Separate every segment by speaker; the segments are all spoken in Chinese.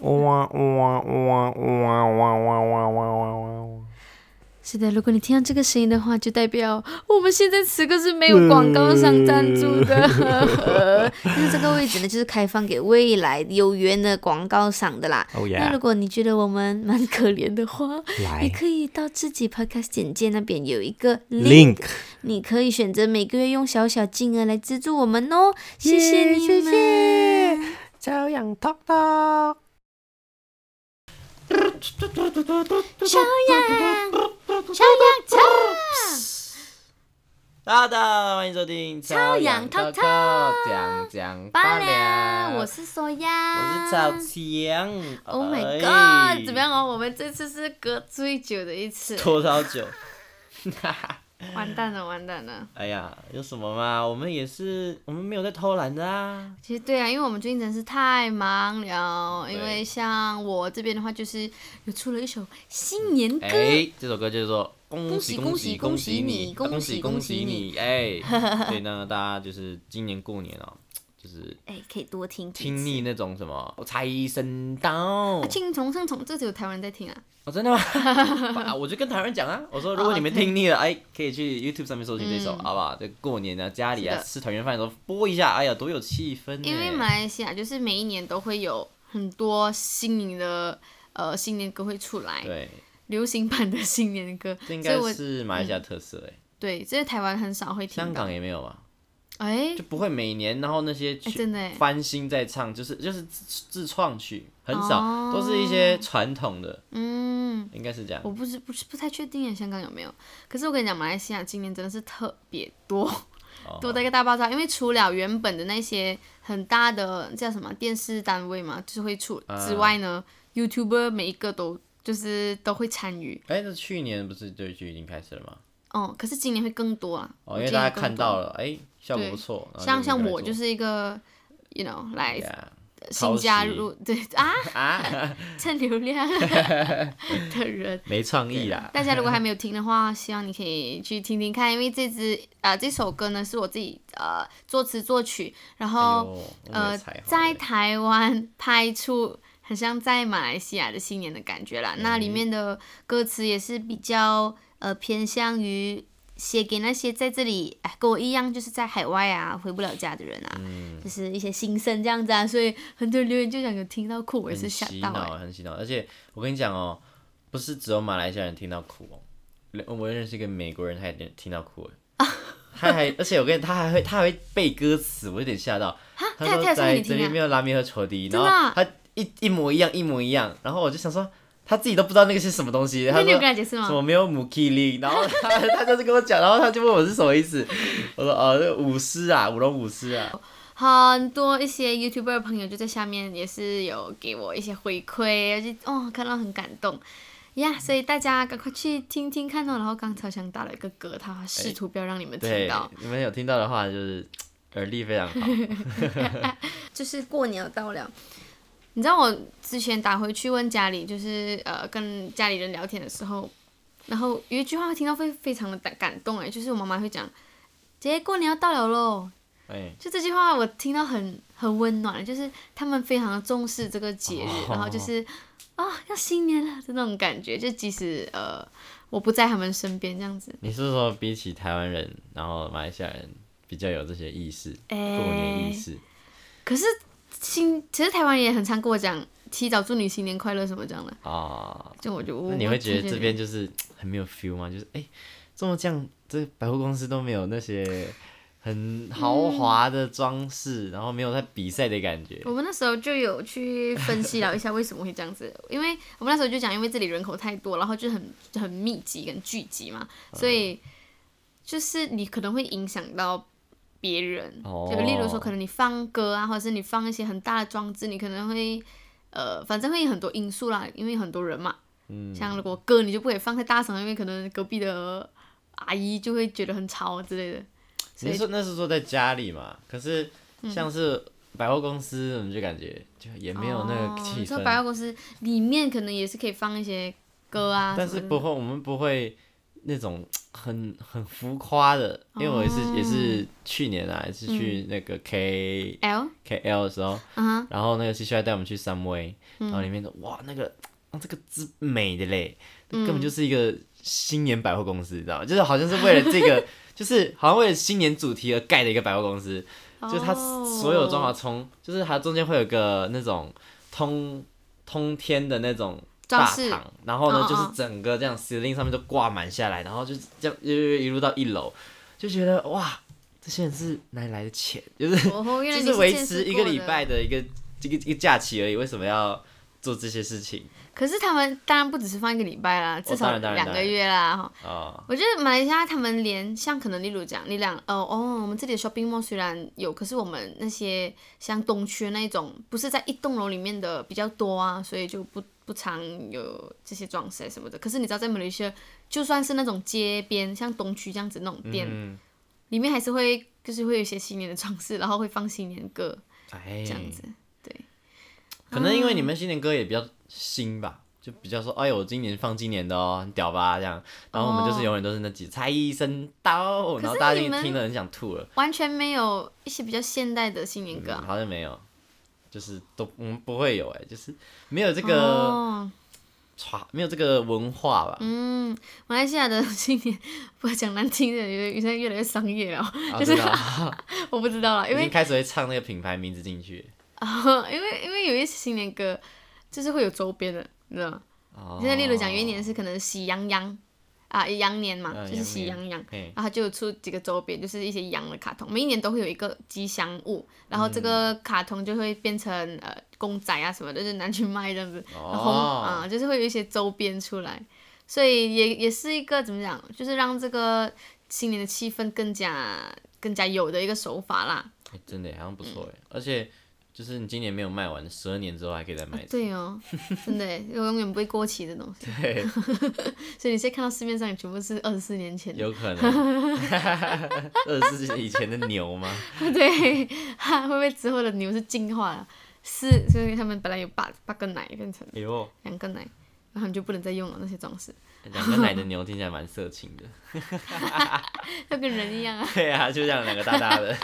Speaker 1: 哇哇哇哇哇哇哇哇哇哇！
Speaker 2: 是的，如果你听到这个声音的话，就代表我们现在此刻是没有广告商赞助的。那这个位置呢，就是开放给未来有缘的广告商的啦。
Speaker 1: 哦
Speaker 2: 那如
Speaker 1: 耶！
Speaker 2: 果你觉得我们蛮可怜的话，
Speaker 1: 来
Speaker 2: 你可以到自己 Podcast 简介那边有一个 link，
Speaker 1: ，Link，
Speaker 2: 你可以选择每个月用小小金额来资助我们哦。谢谢
Speaker 1: 耶
Speaker 2: 你
Speaker 1: 谢
Speaker 2: 们。
Speaker 1: 谢，朝阳 Talk Talk。
Speaker 2: 小羊，小羊草，
Speaker 3: 大家好，欢迎收听《
Speaker 2: 超阳
Speaker 3: 超
Speaker 2: Talk
Speaker 3: 讲讲
Speaker 2: 罢
Speaker 3: 罢
Speaker 2: 了，
Speaker 3: 了。
Speaker 2: 我是索
Speaker 3: 我
Speaker 2: 呀，
Speaker 3: 是超强。
Speaker 2: Oh my
Speaker 3: 哎
Speaker 2: god！怎么？样哦？我们这次是隔最久的一次，
Speaker 3: 拖超久？
Speaker 2: 完蛋了，完蛋了。
Speaker 3: 哎呀，有什么嘛？我们也是，我们没有在偷懒的啊。
Speaker 2: 其实对啊，因为我们最近真是太忙了，因为像我这边的话，就是有出了一首新年歌。
Speaker 3: 哎，这首歌叫做《
Speaker 2: 恭
Speaker 3: 恭恭
Speaker 2: 喜
Speaker 3: 恭
Speaker 2: 恭喜你
Speaker 3: 你呃
Speaker 2: 恭
Speaker 3: 恭
Speaker 2: 喜
Speaker 3: 恭
Speaker 2: 恭喜
Speaker 3: 你》 哎，所以呢，大家就是今年过年哦，就是
Speaker 2: 哎、可以多听几
Speaker 3: 听
Speaker 2: 次。
Speaker 3: 腻那种 什么财神到。
Speaker 2: 青虫生虫，这只有台湾人在听啊。
Speaker 3: 哦， 真的吗？啊，我就跟台湾人讲啊，我说如果你们听腻了，哎，可以去 YouTube 上面搜寻这首，好不好？这过年啊，家里啊
Speaker 2: 是的
Speaker 3: 吃团圆饭嗯的时候播一下，哎呀，多有气氛呢。
Speaker 2: 因为马来西亚就是每一年都会有很多新颖的呃新年歌会出来，
Speaker 3: 对，
Speaker 2: 流行版的新年歌，
Speaker 3: 这应
Speaker 2: 所以
Speaker 3: 该
Speaker 2: 我
Speaker 3: 是马来西亚特色哎，
Speaker 2: 对这台湾很少会听
Speaker 3: 香
Speaker 2: 到。
Speaker 3: 港也没有吧？
Speaker 2: 哎、
Speaker 3: 就不会每年，然后那些
Speaker 2: 哎
Speaker 3: 曲
Speaker 2: 真的哎
Speaker 3: 翻新再唱，就是就是自自创曲，很少，
Speaker 2: 哦
Speaker 3: 都是一些传统的，
Speaker 2: 嗯。
Speaker 3: 应该是这样
Speaker 2: 我。不是不是不太确定啊耶香港有没有。可是我跟你讲，马来西亚今年真的是特别多，
Speaker 3: 哦
Speaker 2: 多的一个大爆炸。因为除了原本的那些很大的叫什么电视单位嘛，就是会出
Speaker 3: 嗯
Speaker 2: 之外呢、y o u t u b e r 每一个都就是都会参与。
Speaker 3: 哎，那去年不是就就已经开始了吗？
Speaker 2: 哦，可是今年会更多啊。
Speaker 3: 哦，因为大家看到
Speaker 2: 了，
Speaker 3: 了，哎，效果
Speaker 2: 对
Speaker 3: 不错。然后
Speaker 2: 像像
Speaker 3: 们
Speaker 2: 我
Speaker 3: 来
Speaker 2: 就
Speaker 3: 做
Speaker 2: 是一个，you know，来
Speaker 3: Yeah
Speaker 2: 新
Speaker 3: 抄
Speaker 2: 加
Speaker 3: 袭
Speaker 2: 入 对啊
Speaker 3: 啊，
Speaker 2: 蹭流 量的人。
Speaker 3: 没创意啦。
Speaker 2: 大家如果还没有听的话，希望你可以去听听看，因为这支啊、这首歌呢是我自己呃作词作曲，然后、
Speaker 3: 哎呦我没
Speaker 2: 呃
Speaker 3: 有才华
Speaker 2: 在
Speaker 3: 嘞
Speaker 2: 台湾拍出很像在马来西亚的新年的感觉
Speaker 3: 嗯
Speaker 2: 啦。那里面的歌词也是比较呃偏向于写给那些在这里哎跟我一样就是在海外啊回不了家的人啊，
Speaker 3: 嗯
Speaker 2: 就是一些心声这样子啊，所以很多人留言就讲有听到哭，我也是
Speaker 3: 很
Speaker 2: 吓
Speaker 3: 洗
Speaker 2: 到
Speaker 3: 脑
Speaker 2: 哎、
Speaker 3: 欸，很洗脑。而且我跟你讲哦，不是只有马来西亚人听到哭哦，连我认识一个美国人，他也听听到哭哎，他还而且我跟你，他还会他还会背歌词，我有点吓到。
Speaker 2: 他他
Speaker 3: 说
Speaker 2: 有唱给
Speaker 3: 在
Speaker 2: 你
Speaker 3: 这
Speaker 2: 听
Speaker 3: 里
Speaker 2: 啊
Speaker 3: 没有拉面和仇敌，
Speaker 2: 真
Speaker 3: 然
Speaker 2: 的啊
Speaker 3: 后他一一模一样，一模一样，然后我就想说。他自己都不知道那个是什么东西，他
Speaker 2: 那你有
Speaker 3: 说
Speaker 2: 跟他解释吗
Speaker 3: 什？么没有母 k i 然后他他就是跟我讲，然后他就问我是什么意思，我说哦，这个舞狮啊，舞龙舞狮啊，
Speaker 2: 很多一些 YouTuber 朋友就在下面也是有给我一些回馈，就哦看到很感动呀所以大家赶快去听听看哦。然后刚超想打了一个歌，他试图不要让你们听
Speaker 3: 对
Speaker 2: 到，，
Speaker 3: 你们有听到的话就是耳力非常 好。
Speaker 2: 就是过年到了。你知道我之前打回去问家里，就是呃跟家里人聊天的时候，然后有一句话听到会非常的感感动哎，就是我妈妈会讲：“姐过年要到了喽。”
Speaker 3: 哎，
Speaker 2: 就这句话我听到很很温暖，就是他们非常重视这个节日，
Speaker 3: 哦
Speaker 2: 然后就是啊、要新年了的那种感觉，就即使呃我不在他们身边这样子，
Speaker 3: 你是说比起台湾人，然后马来西亚人比较有这些意识，
Speaker 2: 哎、
Speaker 3: 过年意识？
Speaker 2: 可是新其实台湾也很常跟我讲提早祝你新年快乐什么这样的，
Speaker 3: 啊？
Speaker 2: 就我就
Speaker 3: 那
Speaker 2: 那
Speaker 3: 你会觉得这边就是很没有 feel 吗？就是哎、怎么这样？这百货公司都没有那些很豪华的装
Speaker 2: 嗯
Speaker 3: 饰，然后没有在比赛的感觉。
Speaker 2: 我们那时候就有去分析了一下为什么会这样子，因为我们那时候就讲，因为这里人口太多，然后就很就很密集跟聚集嘛，所
Speaker 3: 嗯
Speaker 2: 以就是你可能会影响到别人，
Speaker 3: 哦
Speaker 2: 就例如说可能你放歌啊，或者是你放一些很大的装置，你可能会呃，反正会有很多因素啦，因为很多人嘛，
Speaker 3: 嗯，
Speaker 2: 像如果歌你就不可以放太大声，因为可能隔壁的阿姨就会觉得很吵之类的。所
Speaker 3: 你
Speaker 2: 以嗯
Speaker 3: 是说那是说在家里嘛？可是像是百货公司，我们就感觉就也没有那个
Speaker 2: 哦
Speaker 3: 气
Speaker 2: 你说
Speaker 3: 氛。
Speaker 2: 百货公司里面可能也是可以放一些歌啊，
Speaker 3: 但
Speaker 2: 什么
Speaker 3: 是
Speaker 2: 的
Speaker 3: 不会，我们不会那种很很浮夸的，
Speaker 2: 哦
Speaker 3: 因为我也是、也是去年啊，也是
Speaker 2: 嗯
Speaker 3: 去那个 K、
Speaker 4: L，
Speaker 3: K L 的时候，
Speaker 4: 嗯哼，
Speaker 3: 然后那个西西还带我们去三威，
Speaker 2: 嗯
Speaker 3: 然后里面的哇那个啊这个之美的嘞，
Speaker 2: 嗯
Speaker 3: 根本就是一个新年百货公司，你知道吗？就是好像是为了 这个，就是好像为了新年主题而盖的一个百货公司，
Speaker 2: 哦
Speaker 3: 就是它所有装潢从，就是它中间会有个那种通通天的那种
Speaker 4: 装
Speaker 3: 大
Speaker 4: 饰
Speaker 3: 堂，然后呢
Speaker 4: 嗯嗯
Speaker 3: 就是整个这样司令上面都挂满下来，然后就这样一路一路到一楼，就觉得哇，这些人是哪里来的钱？ 就是
Speaker 4: 哦，原来
Speaker 3: 就
Speaker 4: 你
Speaker 3: 是维
Speaker 4: 见
Speaker 3: 持
Speaker 4: 识
Speaker 3: 一
Speaker 4: 过
Speaker 3: 个礼
Speaker 4: 的
Speaker 3: 拜的一个一个一个假期而已，为什么要做这些事情
Speaker 4: 可是他们当然不只是放一个礼拜啦，至
Speaker 3: 当
Speaker 4: 少
Speaker 3: 哦然当然
Speaker 4: 两
Speaker 3: 当
Speaker 4: 个
Speaker 3: 然
Speaker 4: 月啦。哈
Speaker 3: 啊？
Speaker 4: 我觉得马来西亚他们连像可能例如讲，你两哦哦，我们这里的 shopping mall 虽然有，可是我们那些像东区那一种，不是在一栋楼里面的比较多啊，所以就不不常有这些装饰什么的。可是你知道在马来西亚，就算是那种街边像东区这样子那种店，
Speaker 3: 嗯，
Speaker 4: 里面还是会就是会有一些新年的装饰，然后会放新年歌
Speaker 3: 哎，
Speaker 4: 这样子。啊对，
Speaker 3: 可能因为你们新年歌也比较新吧，就比较说，哎呦，我今年放今年的哦，很屌吧这样。然后我们就是永远都是那几财神到，然后大家
Speaker 4: 哦你
Speaker 3: 就
Speaker 4: 们
Speaker 3: 听了很想吐了。
Speaker 4: 完全没有一些比较现代的新年歌、
Speaker 3: 嗯
Speaker 4: 啊。
Speaker 3: 好像没有，就是都嗯不会有哎，就是没有这个
Speaker 4: 哦，
Speaker 3: 传，没有这个文化吧。
Speaker 4: 嗯，马来西亚的新年，不讲难听的，有现在越来越商业了，
Speaker 3: 啊
Speaker 4: 就是
Speaker 3: 真的啊
Speaker 4: 我不知道了，因
Speaker 3: 已经
Speaker 4: 为、
Speaker 3: 开始会唱那个品牌名字进去。
Speaker 4: 因为因为有一些新年歌，就是会有周边的，你知道吗？
Speaker 3: 哦
Speaker 4: 现在例如讲有一年是可能喜羊羊啊羊年嘛，
Speaker 3: 嗯
Speaker 4: 就是喜
Speaker 3: 羊年
Speaker 4: 羊羊。
Speaker 3: 嘿，
Speaker 4: 然后它就有出几个周边，就是一些羊的卡通，每一年都会有一个吉祥物，然后这个
Speaker 3: 嗯
Speaker 4: 卡通就会变成呃公仔啊什么的，就是拿去卖这样子，然后
Speaker 3: 哦
Speaker 4: 啊、就是会有一些周边出来，所以也也是一个怎么讲，就是让这个新年的气氛更加更加有的一个手法啦。
Speaker 3: 哎真的耶好像不错哎，而且就是你今年没有卖完，十二年之后还可以再 卖一次。
Speaker 4: 对哦，真的耶，永远不会过期的东西，
Speaker 3: 对，
Speaker 4: 所以你现在看到市面上也全部是二十四年前的，
Speaker 3: 有可能。 二十四以前的牛吗？
Speaker 4: 对，哈，会不会之后的牛是进化了？是，所以他们本来有八八个奶变成。
Speaker 3: 哎呦，
Speaker 4: 两个奶，然后你就不能再用了那些装饰，
Speaker 3: 两个奶的牛听起来蛮色情的。
Speaker 4: 要跟人一样啊。
Speaker 3: 对啊，就这样两个大大 的。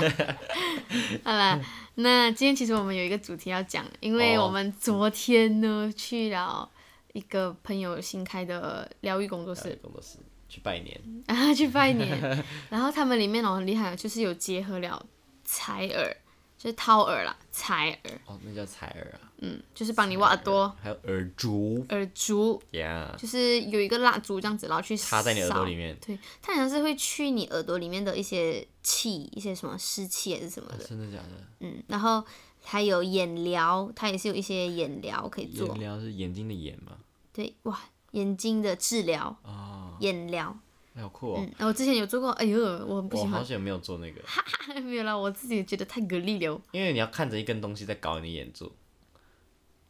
Speaker 4: 好啦，那今天其实我们有一个主题要讲，因为
Speaker 3: 嗯哦
Speaker 4: 我们昨天呢去了一个朋友新开的疗愈工作室，
Speaker 3: 工作室去拜年，
Speaker 4: 啊，去拜 年。然后他们里面哦很厉害哦，就是有结合了采耳，就是掏耳啦，采耳，
Speaker 3: 哦，那叫采耳啊。
Speaker 4: 嗯，就是帮你挖耳朵、
Speaker 3: 还有耳烛
Speaker 4: 耳烛，
Speaker 3: 呀
Speaker 4: 就是有一个蜡烛这样子，然后去
Speaker 3: 插在你耳
Speaker 4: 烧
Speaker 3: 朵里面，
Speaker 4: 对，它好像是会去你耳朵里面的一些气，一些什么湿气还是什么的，
Speaker 3: 哦真的假的？
Speaker 4: 嗯，然后还有眼疗，它也是有一些眼疗可以做
Speaker 3: 眼，疗是眼睛的眼嘛？
Speaker 4: 对，哇，眼睛的治疗，
Speaker 3: 哦，
Speaker 4: 眼疗，
Speaker 3: 哎好酷哦！
Speaker 4: 嗯，我之前有做过，哎呦，我很不喜
Speaker 3: 我好
Speaker 4: 欢，
Speaker 3: 久没有做那个，
Speaker 4: 没有啦，我自己觉得太给力了，
Speaker 3: 因为你要看着一根东西在搞你的眼珠，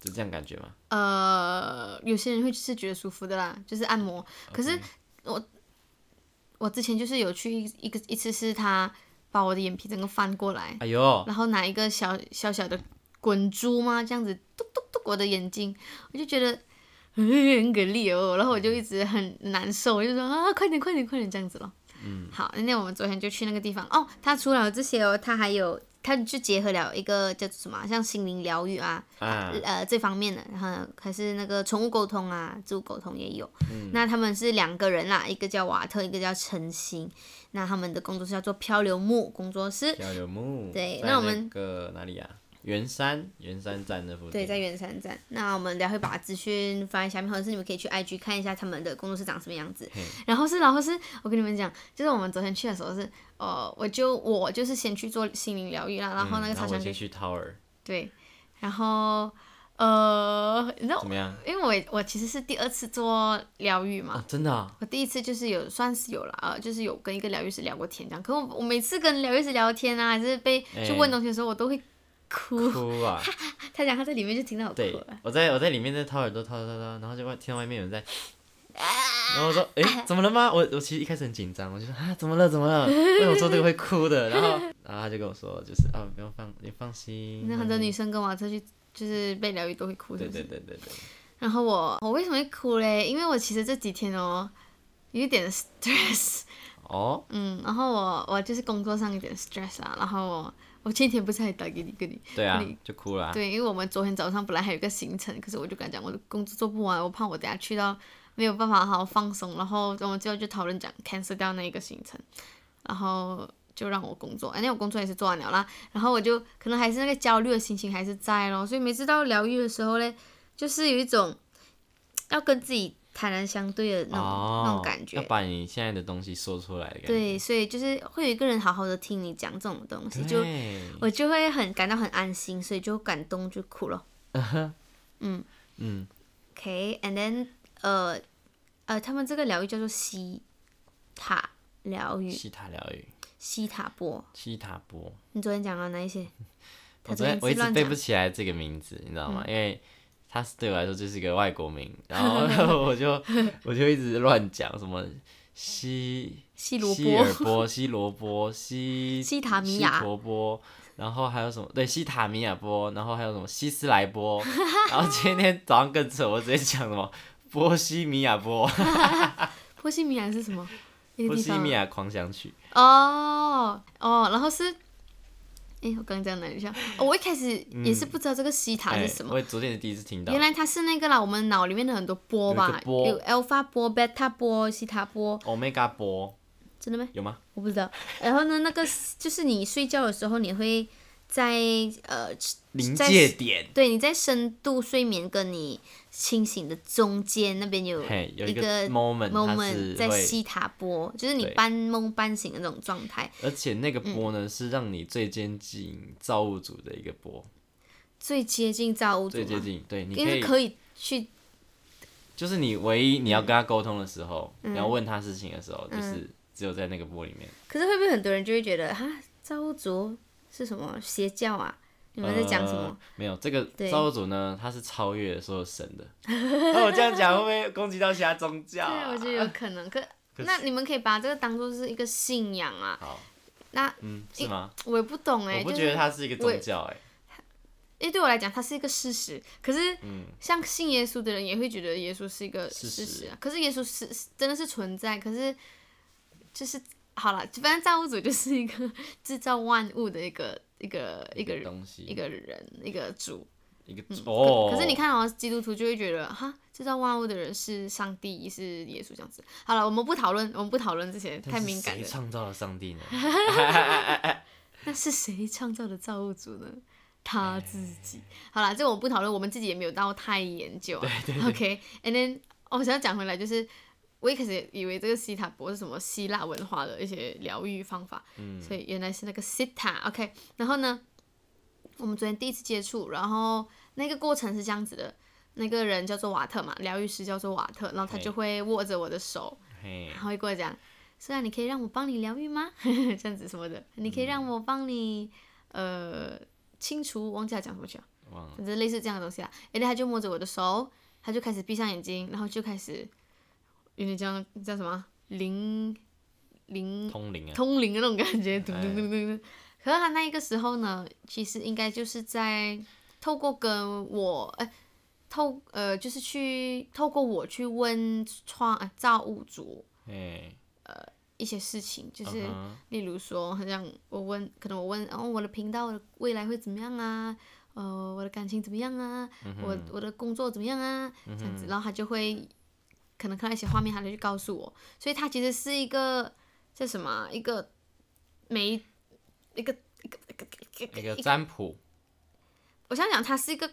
Speaker 3: 就这样感觉吗？
Speaker 4: 嗯呃，有些人会是觉得舒服的啦，就是按摩，可是我我之前就是有去一一个一次是他把我的眼皮整个翻过来，
Speaker 3: 哎呦，
Speaker 4: 然后拿一个小小小的滚珠嘛，这样子嘟嘟嘟我的眼睛，我就觉得嗯很给力哦，然后我就一直很难受，我就说啊快点快点快点这样子咯。嗯，好，那我们昨天就去那个地方哦，它除了这些哦，它还有它就结合了一个叫做什么啊，像心灵疗愈啊，
Speaker 3: 啊，
Speaker 4: 呃这方面的，然后还是那个宠物沟通啊，植物沟通也有。
Speaker 3: 嗯
Speaker 4: 那他们是两个人啦，一个叫瓦特，一个叫陈星。那他们的工作室叫做漂流木工作室，
Speaker 3: 漂流木。
Speaker 4: 对
Speaker 3: 在
Speaker 4: 那我们
Speaker 3: 那个哪里啊？圆山，圆山站那附近。
Speaker 4: 对，在圆山站。那我们等下会把资讯放在下面，或者是你们可以去 IG 看一下他们的工作室长什么样子
Speaker 3: 嘿。
Speaker 4: 然后是，然后是我跟你们讲，就是我们昨天去的时候是，呃，我就我就是先去做心灵疗愈啦，然
Speaker 3: 嗯。
Speaker 4: 后那个
Speaker 3: 然
Speaker 4: 超
Speaker 3: 后我
Speaker 4: 强
Speaker 3: 先
Speaker 4: 哥
Speaker 3: 去掏耳，
Speaker 4: 对，然后呃，你知道
Speaker 3: 怎，么样？
Speaker 4: 因为我也我其实是第二次做疗愈嘛，
Speaker 3: 啊，真的啊
Speaker 4: 我第一次就是有算是有了啊，呃就是有跟一个疗愈师聊过天这样。可我我每次跟疗愈师聊天啊，还是被
Speaker 3: 哎
Speaker 4: 就问东西的时候，我都会哭。
Speaker 3: 哭啊！
Speaker 4: 他讲他在里面就听到我哭啊
Speaker 3: 对
Speaker 4: 了，，
Speaker 3: 我在我在里面在掏耳朵掏掏掏，然后就外听到外面有人在， 然后我说， 诶，怎么了吗？我我其实一开始很紧张，我就说啊，怎么了怎么 了？为什么做这个会哭的？然后然后他就跟我说，就是啊，不用放，你放心。
Speaker 4: 那很多女生跟我这去就是被疗愈都会哭，是
Speaker 3: 对
Speaker 4: 不是？
Speaker 3: 对对对对，
Speaker 4: 然后我我为什么会哭嘞？因为我其实这几天哦，有一点 stress，
Speaker 3: 哦，
Speaker 4: 嗯，然后我我就是工作上有点 stress 啊，然后我我前几天不是还打给你跟你，
Speaker 3: 对啊
Speaker 4: 跟你，
Speaker 3: 就哭了、啊。
Speaker 4: 对，因为我们昨天早上本来还有一个行程，可是我就跟他讲我的工作做不完，我怕我等下去到没有办法好好放松，然后我们最后就讨论讲 cancel 掉那一个行程，然后就让我工作，哎，那我工作也是做完了啦，然后我就可能还是那个焦虑的心情还是在咯，所以每次到疗愈的时候嘞，就是有一种要跟自己坦然相对的那种、
Speaker 3: 哦，
Speaker 4: 那种感觉
Speaker 3: 要，把你现在的东西说出来的感觉。
Speaker 4: 对，所以就是会有一个人好好的听你讲这种东西，
Speaker 3: 对，
Speaker 4: 就我就会很感到很安心，所以就感动就哭 了。嗯
Speaker 3: 嗯，
Speaker 4: ，OK，and、then 呃呃，他们这个疗愈叫做西塔疗愈，
Speaker 3: 西塔疗愈，
Speaker 4: 西塔波。
Speaker 3: 西塔波。
Speaker 4: 你昨天讲了哪 一些？他
Speaker 3: 我
Speaker 4: 昨
Speaker 3: 昨天
Speaker 4: 天
Speaker 3: 我一直
Speaker 4: 乱
Speaker 3: 背
Speaker 4: 讲嗯
Speaker 3: 不，起来这个名字，你知道吗？因为它是对我来说就是一个外国名，然 后我就我就一直乱讲什么西
Speaker 4: 西萝
Speaker 3: 西尔
Speaker 4: 卜，
Speaker 3: 波、西萝卜、西
Speaker 4: 西塔米亚
Speaker 3: 西陀波，然后还有什么？对，西塔米亚波，然后还有什么西斯莱 波，然后今天早上更扯，我直接讲什么波西米亚波，
Speaker 4: 波西米亚是什么？一个
Speaker 3: 波
Speaker 4: 地
Speaker 3: 西
Speaker 4: 方
Speaker 3: 米
Speaker 4: 啊
Speaker 3: 亚狂想曲。
Speaker 4: 哦哦，然后是，诶，我刚刚讲哪一下？哦，我一开始也是不知道这个西塔
Speaker 3: 哎
Speaker 4: 是什么。
Speaker 3: 我昨天是第一次听到
Speaker 4: 原。来它是那个啦，我们脑里面的很多波
Speaker 3: 有
Speaker 4: 吧
Speaker 3: 一个，波
Speaker 4: 有 alpha 波、beta 波、西塔波，
Speaker 3: Omega 波
Speaker 4: 真的吗？
Speaker 3: 有吗？
Speaker 4: 我不知道。然后呢，那个 就是你睡觉的时候，你会在呃，
Speaker 3: 临
Speaker 4: 在
Speaker 3: 界点。
Speaker 4: 对，你在深度睡眠跟你清醒的中间那边有
Speaker 3: 嘿有一个
Speaker 4: 个
Speaker 3: moment，它是
Speaker 4: moment 在
Speaker 3: 会
Speaker 4: 西塔波，就是你
Speaker 3: 对
Speaker 4: 半梦半醒的那种状态，
Speaker 3: 而且那
Speaker 4: 嗯
Speaker 3: 个波呢，是让你最接近造物主的一个波，
Speaker 4: 最接近造物主
Speaker 3: 最接
Speaker 4: 嘛，
Speaker 3: 近。对，你
Speaker 4: 因
Speaker 3: 可
Speaker 4: 为
Speaker 3: 以，
Speaker 4: 可以去
Speaker 3: 就是你唯一你要跟他沟通的时候，
Speaker 4: 嗯
Speaker 3: 你要问他事情的时候，就是只有在那个波里面。
Speaker 4: 可是会不会很多人就会觉得哈，造物主是什么邪教啊？你们在讲什么
Speaker 3: 呃？？没有，这个
Speaker 4: 对
Speaker 3: 造物主呢，他是超越所有神 的。那我这样讲会不会攻击到其他宗教啊？
Speaker 4: 对，我觉得有可能。可
Speaker 3: 可
Speaker 4: 那你们可以把这个当做是一个信仰啊。
Speaker 3: 好，
Speaker 4: 那
Speaker 3: 嗯，是吗？
Speaker 4: 我也不懂哎、
Speaker 3: 我不
Speaker 4: 就是
Speaker 3: 觉得它是一个
Speaker 4: 我也
Speaker 3: 宗教，哎，
Speaker 4: 因为对我来讲，它是一个事实。可是
Speaker 3: 嗯，
Speaker 4: 像信耶稣的人也会觉得耶稣是一个
Speaker 3: 事
Speaker 4: 事
Speaker 3: 实
Speaker 4: 实啊。可是耶稣是是真的是存在，可是就是好了，反正造物主就是一个 制造万物的一个一个一个人
Speaker 3: 东西，
Speaker 4: 一个人一个主。
Speaker 3: 一个
Speaker 4: 可
Speaker 3: 哦。
Speaker 4: 可是你，看哦，基督徒就会觉得哈，制造万物的人是上帝，是耶稣这样子。好了，我们不讨论，我们不讨论这些太敏感
Speaker 3: 谁
Speaker 4: 了。
Speaker 3: 创造了上 帝呢？
Speaker 4: 那是谁创造的造物主呢？他自己。好了，这个我不讨论，我们自己也没有到太研究、啊。对对 OK，and、then 哦我想要讲回来，就是我一开始以为这个西塔波是什么希腊文化的一些疗愈方法，
Speaker 3: 嗯
Speaker 4: 所以原来是那个西塔。OK，然后呢，我们昨天第一次接触，然后那个过程是这样子的。那个人叫做瓦特嘛，疗愈师叫做瓦特，然后他
Speaker 3: 嘿
Speaker 4: 就会握着我的手，
Speaker 3: 嘿
Speaker 4: 然，后会跟我讲，虽然你可以让我帮你疗愈吗？ 这样子什么的，你可以
Speaker 3: 嗯
Speaker 4: 让我帮你、呃清除，忘记他讲什么去了，
Speaker 3: 忘了。
Speaker 4: 反正类似这样的东西啦。然后他就摸着我的手，他就开始闭上眼睛，然后就开始有点像叫什么灵灵
Speaker 3: 通灵啊，
Speaker 4: 通灵的那种感觉，咚
Speaker 3: 哎
Speaker 4: 咚咚咚咚。可是他那一个时候呢，其实应该就是在透过跟我，哎、透呃，就是去透过我去问创、呃、造物主，
Speaker 3: 哎，
Speaker 4: 一些事情，就是
Speaker 3: 嗯哼
Speaker 4: 例如说，好像我问，可能我问，哦，我的频道的未来会怎么样啊？呃，我的感情怎么样啊？
Speaker 3: 嗯
Speaker 4: 我我的工作怎么样啊？这样子，然后他就会可能看到一些画面，他就去告诉我，所以他其实是一个叫什么啊？一个每一一个一个一个一个
Speaker 3: 一个占卜，
Speaker 4: 我想讲，它是一个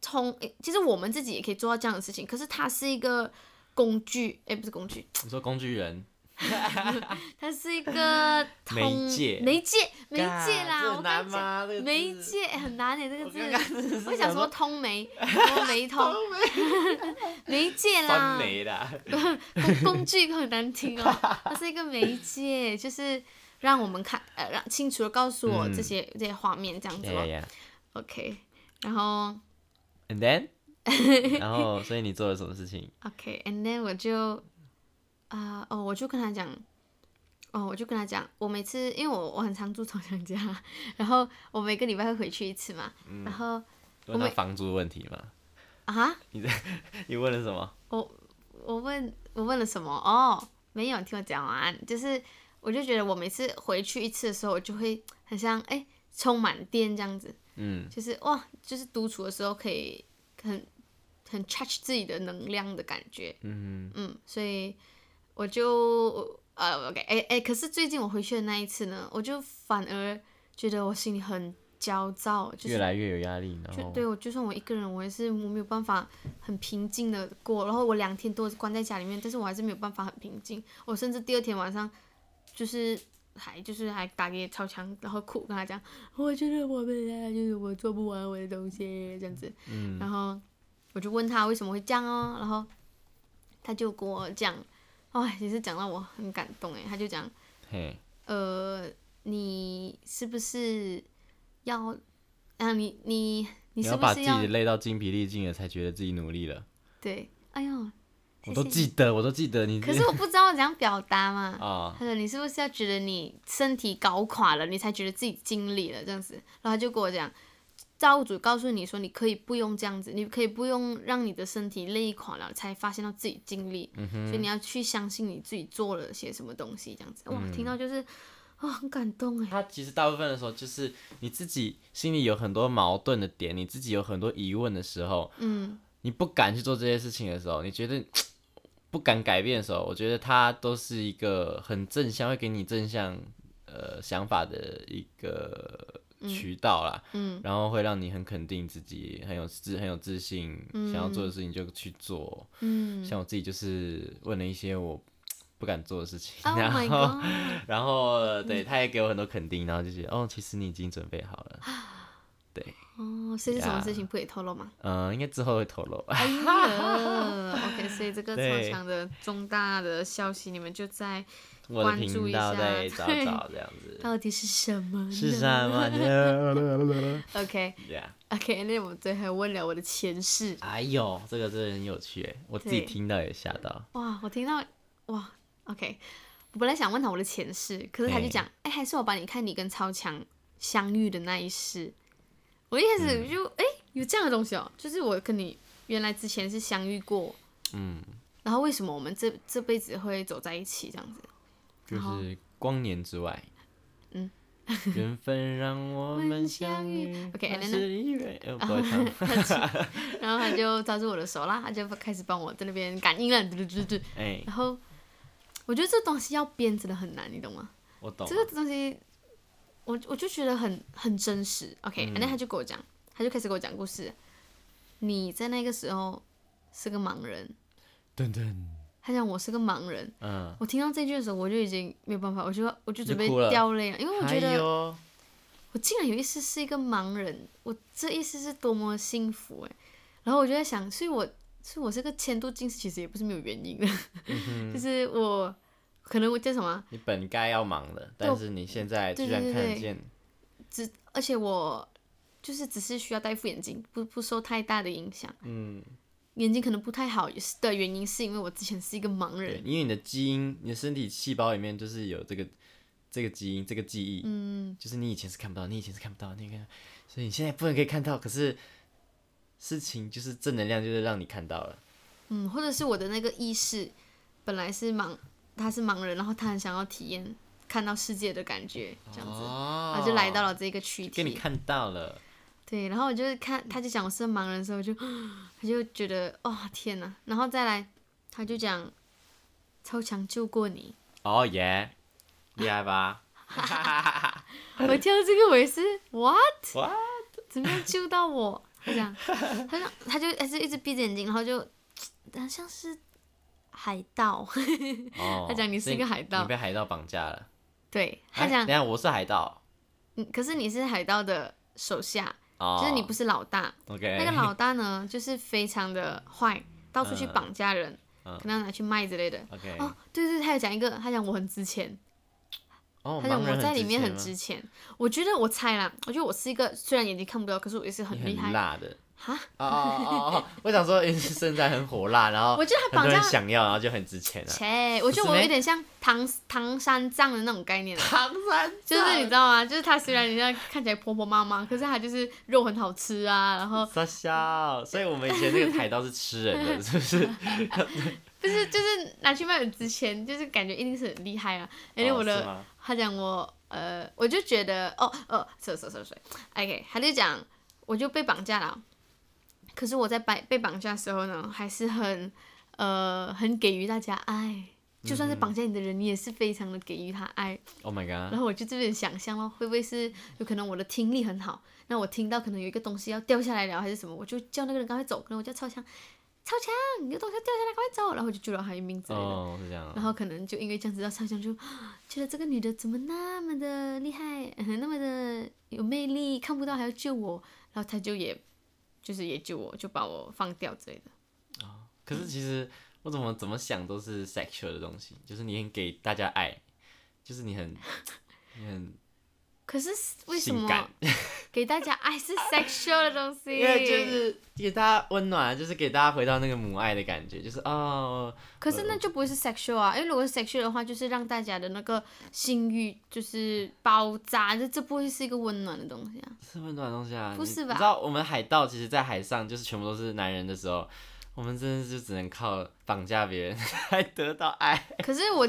Speaker 4: 从，诶其实我们自己也可以做到这样的事情，可是它是一个工具，哎，不是工具，
Speaker 3: 你说工具人，
Speaker 4: 它是一个通
Speaker 3: 媒介
Speaker 4: 媒介媒
Speaker 3: 干
Speaker 4: 介
Speaker 3: 这
Speaker 4: 啦，我
Speaker 3: 很
Speaker 4: 刚
Speaker 3: 难
Speaker 4: 讲
Speaker 3: 吗？这个字
Speaker 4: 媒介哎很难诶，这个
Speaker 3: 我刚刚真的
Speaker 4: 字
Speaker 3: 是，
Speaker 4: 我想
Speaker 3: 想
Speaker 4: 说
Speaker 3: 说
Speaker 4: 通媒，什么媒通，媒介
Speaker 3: 酸
Speaker 4: 啦，
Speaker 3: 梅 啦，
Speaker 4: 工工具很难听哦，它是一个媒介，就是让我们看呃让清楚的告诉我
Speaker 3: 嗯
Speaker 4: 这些这些画面这样子
Speaker 3: 呀
Speaker 4: 咯
Speaker 3: 呀
Speaker 4: OK，然后。
Speaker 3: ，and then，然 后所以你做了什么事情？
Speaker 4: OK，and、then 我就啊、哦，我就跟他讲，哦，我就跟他讲，我每次因为我我很常住同乡家， 然后我每个礼拜会回去一次嘛，
Speaker 3: 嗯
Speaker 4: 然后
Speaker 3: 问
Speaker 4: 我
Speaker 3: 他
Speaker 4: 们
Speaker 3: 房租问题 吗？
Speaker 4: 啊，
Speaker 3: 你问了什么？
Speaker 4: 我我问我问了什么？哦，没有，你听我讲完，就是我就觉得我每次回去一次的时候，我就会很像哎、充满电这样子，
Speaker 3: 嗯，
Speaker 4: 就是哇，就是独处的时候可以很很 charge 自己的能量的感觉，
Speaker 3: 嗯
Speaker 4: 嗯，所以我就呃 OK，哎哎，可是最近我回去的那一次呢，我就反而觉得我心里很焦躁，就是
Speaker 3: 越来越有压力，然
Speaker 4: 就
Speaker 3: 后
Speaker 4: 对我，就算我一个人，我也是我没有办法很平静的过。然后我两天都关在家里面，但是我还是没有办法很平静。我甚至第二天晚上，就是还就是还打给超强，然后哭跟他讲，我觉得我们啊，就是我做不完我的东西这样子。
Speaker 3: 嗯
Speaker 4: 然后我就问他为什么会这样哦，然后他就跟我讲，哎，也是讲到我很感动哎，他就讲，
Speaker 3: 嘿，
Speaker 4: 呃，你是不是要啊？你你你
Speaker 3: 你
Speaker 4: 是
Speaker 3: 要
Speaker 4: 不
Speaker 3: 把自
Speaker 4: 是
Speaker 3: 己累到精疲力尽了，才觉得自己努力了。
Speaker 4: 对？哎呦，谢
Speaker 3: 我都
Speaker 4: 谢
Speaker 3: 记得，我都记得 你。
Speaker 4: 可是我不知道怎样表达 嘛。
Speaker 3: 啊，
Speaker 4: 他说：“你是不是要觉得你身体搞垮了，你才觉得自己尽力了这样子？”然后他就跟我讲，造物主告诉你说，你可以不用这样子，你可以不用让你的身体累垮了，才发现到自己尽力。
Speaker 3: 嗯
Speaker 4: 所以你要去相信你自己做了些什么东西，这样子。哇，听
Speaker 3: 嗯
Speaker 4: 到就是啊、很感动哎。
Speaker 3: 他其实大部分的时候就是你自己心里有很多矛盾的点，你自己有很多疑问的时候，
Speaker 4: 嗯，
Speaker 3: 你不敢去做这些事情的时候，你觉得不敢改变的时候，我觉得它都是一个很正向，会给你正向呃想法的一个渠道啦。
Speaker 4: 嗯，
Speaker 3: 然后会让你很肯定自己，很有自很有自信，想要做的事情就去做。
Speaker 4: 嗯
Speaker 3: 像我自己就是问了一些我不敢做的事情，
Speaker 4: ，Oh
Speaker 3: 然后
Speaker 4: my god！
Speaker 3: 然后
Speaker 4: 嗯
Speaker 3: 对他也给我很多肯定，然后就觉得哦，其实你已经准备好了。
Speaker 4: 啊哦，所以是什么事情不可以透露吗？
Speaker 3: 嗯、应该之后会透露。
Speaker 4: 哎呀，OK，所以这个超
Speaker 3: 对
Speaker 4: 强的重大的消息，你们就在
Speaker 3: 我的
Speaker 4: 关注
Speaker 3: 频
Speaker 4: 一
Speaker 3: 道
Speaker 4: 下
Speaker 3: 再找
Speaker 4: 对
Speaker 3: 找这样子。
Speaker 4: 到底是什么呢？
Speaker 3: 是什 么呢？
Speaker 4: OK
Speaker 3: 对啊，
Speaker 4: OK，那我们最后问了我的前世。
Speaker 3: 哎呦，这个真的很有趣耶，我自己
Speaker 4: 对
Speaker 3: 听到也吓到。
Speaker 4: 哇，我听到哇，OK，我本来想问他我的前世，可是他就讲，哎、还是我把你看你跟超强相遇的那一世。我一开始就哎、有这样的东西哦，就是我跟你原来之前是相遇过，
Speaker 3: 嗯，
Speaker 4: 然后为什么我们这这辈子会走在一起这样子？
Speaker 3: 就
Speaker 4: 然后
Speaker 3: 是光年之外。
Speaker 4: 嗯。
Speaker 3: 缘分让 我们相遇。
Speaker 4: OK，
Speaker 3: 那
Speaker 4: Elena
Speaker 3: 是因为…… 呃不会唱。
Speaker 4: 然后他就抓住我的手啦，他就开始帮我在那边感应了，嘟嘟嘟嘟。
Speaker 3: 哎，
Speaker 4: 然后我觉得这东西要编真的很难，你懂吗？
Speaker 3: 我懂
Speaker 4: 这。个东西，我我就觉得很很真实。OK，然后
Speaker 3: 嗯
Speaker 4: 他就跟我讲，他就开始给我讲故事。你在那个时候是个盲人，
Speaker 3: 噔噔，
Speaker 4: 他讲我是个盲人。
Speaker 3: 嗯，
Speaker 4: 我听到这句的时候，我就已经没有办法，我就我就准备
Speaker 3: 你就哭了
Speaker 4: 掉泪了，因为我觉
Speaker 3: 哎
Speaker 4: 得
Speaker 3: 呦
Speaker 4: 我竟然有一丝是一个盲人，我这一丝是多么幸福哎。然后我就在想，所以我所以我这个千度近视其实也不是没有原因的，
Speaker 3: 嗯
Speaker 4: 就是我可能我叫什么啊
Speaker 3: 你本该要忙的，但是你现在居
Speaker 4: 对
Speaker 3: 然
Speaker 4: 对
Speaker 3: 看
Speaker 4: 对
Speaker 3: 得见，
Speaker 4: 只而且我就是只是需要戴副眼镜，不不受太大的影响。
Speaker 3: 嗯，
Speaker 4: 眼睛可能不太好也是的原因，是因为我之前是一个盲
Speaker 3: 对，
Speaker 4: 人。
Speaker 3: 因为你的基因，你的身体细胞里面就是有这个这个基因，这个记忆，
Speaker 4: 嗯，
Speaker 3: 就是你以前是看不到，你以前是看不到，你看，所以你现在不能可以看到，可是事情就是正能量，就是让你看到了，
Speaker 4: 嗯，或者是我的那个意识本来是盲，他是盲人，然后他很想要体验看到世界的感觉，这样子，
Speaker 3: 哦
Speaker 4: 啊然后就来到了这个躯
Speaker 3: 给你
Speaker 4: 体。
Speaker 3: 看到了，
Speaker 4: 对，然后我就是看，他就讲我是盲人的时候，我就他就觉得哇、天哪，然后再来他就讲超强救过你，
Speaker 3: 哦耶，厉害 吧？
Speaker 4: 我听到这个我也是 what
Speaker 3: What？
Speaker 4: 怎么样救到 我？他讲，他讲，他就他就一直闭着眼睛，然后就好像是海盗，
Speaker 3: 哦，
Speaker 4: 他讲你是一个海
Speaker 3: 所
Speaker 4: 盗
Speaker 3: 以你被海盗绑架了。
Speaker 4: 对他
Speaker 3: 哎
Speaker 4: 讲
Speaker 3: 等一，下我是海盗，
Speaker 4: 嗯可是你是海盗的手下，
Speaker 3: 哦，哎
Speaker 4: 就是你不是老大，
Speaker 3: OK
Speaker 4: 那个老大呢就是非常的坏，到处去
Speaker 3: 嗯
Speaker 4: 绑架人，
Speaker 3: 嗯
Speaker 4: 可能要拿去卖之类的。
Speaker 3: OK，
Speaker 4: 哦，对对，他有讲一个，他讲我很值钱，
Speaker 3: 哦，
Speaker 4: 他讲
Speaker 3: 盲
Speaker 4: 我
Speaker 3: 人
Speaker 4: 在里面
Speaker 3: 很
Speaker 4: 很
Speaker 3: 值
Speaker 4: 值钱。我觉得我猜啦，我觉得我是一个虽然眼睛看不到，可是我也
Speaker 3: 钱
Speaker 4: 是
Speaker 3: 吗，
Speaker 4: 很
Speaker 3: 你
Speaker 4: 厉害
Speaker 3: 很辣的，
Speaker 4: 哈，
Speaker 3: 哦哦哦 哦，我想说，因为身材很火辣，然后
Speaker 4: 我觉得他
Speaker 3: 很
Speaker 4: 绑
Speaker 3: 多人
Speaker 4: 架
Speaker 3: 想要，然后就很值钱啊。
Speaker 4: 切，我觉
Speaker 3: 不是
Speaker 4: 得我
Speaker 3: 咩
Speaker 4: 有点像唐唐三藏的那种概念啊。
Speaker 3: 唐三藏
Speaker 4: 就是你知道吗？就是他虽然你像看起来婆婆妈妈，可是他就是肉很好吃啊，然后
Speaker 3: 傻笑，所以我们以前那个台刀是吃人 的，是不是？
Speaker 4: 不是就是拿去卖之前，就是感觉一定是很厉害啊。因为我
Speaker 3: 哦
Speaker 4: 的、
Speaker 3: 是吗
Speaker 4: 他讲我呃，我就觉得哦哦，sorry sorry sorry sorry。OK，他就讲我就被绑架了，可是我在被被绑架的时候呢，还是很呃很给予大家爱。就算是
Speaker 3: 嗯
Speaker 4: 绑架你的人，你也是非常的给予他爱。
Speaker 3: Oh my
Speaker 4: 然
Speaker 3: god！
Speaker 4: 后我就这边想象咯，会不会是有可能我的听力很好，那我听到可能有一个东西要掉下来了，还是什么，我就叫那个人赶快走，可能我叫超强，超强，有东西要掉下来，赶快走，然后我就救了他一命之类的。
Speaker 3: 哦，是这样啊。
Speaker 4: 然后可能就因为这样子，让超强就觉得这个女的怎么那么的厉害， 那么的有魅力，看不到还要救我，然后他就也就是也救我，就把我放掉之类的。
Speaker 3: 可是其实我怎么怎么想都是 sexual 的东西，就是你很给大家爱，就是你很你很
Speaker 4: 可是为什
Speaker 3: 性
Speaker 4: 么
Speaker 3: 感
Speaker 4: 给大家爱是 sexual 的东 西？
Speaker 3: 因为就是给大家温暖，啊就是给大家回到那个母爱的感觉，就是哦，
Speaker 4: 可是那就不会是 sexual 啊，因为如果是 sexual 的话，就是让大家的那个性欲就是爆炸，这这不会是一个温暖的东西 啊。
Speaker 3: 是温暖的东西啊。
Speaker 4: 不是
Speaker 3: 你
Speaker 4: 吧
Speaker 3: 你知道我们海盗其实，在海上就是全部都是男人的时候，我们真的就只能靠绑架别人 来得到爱，
Speaker 4: 可是我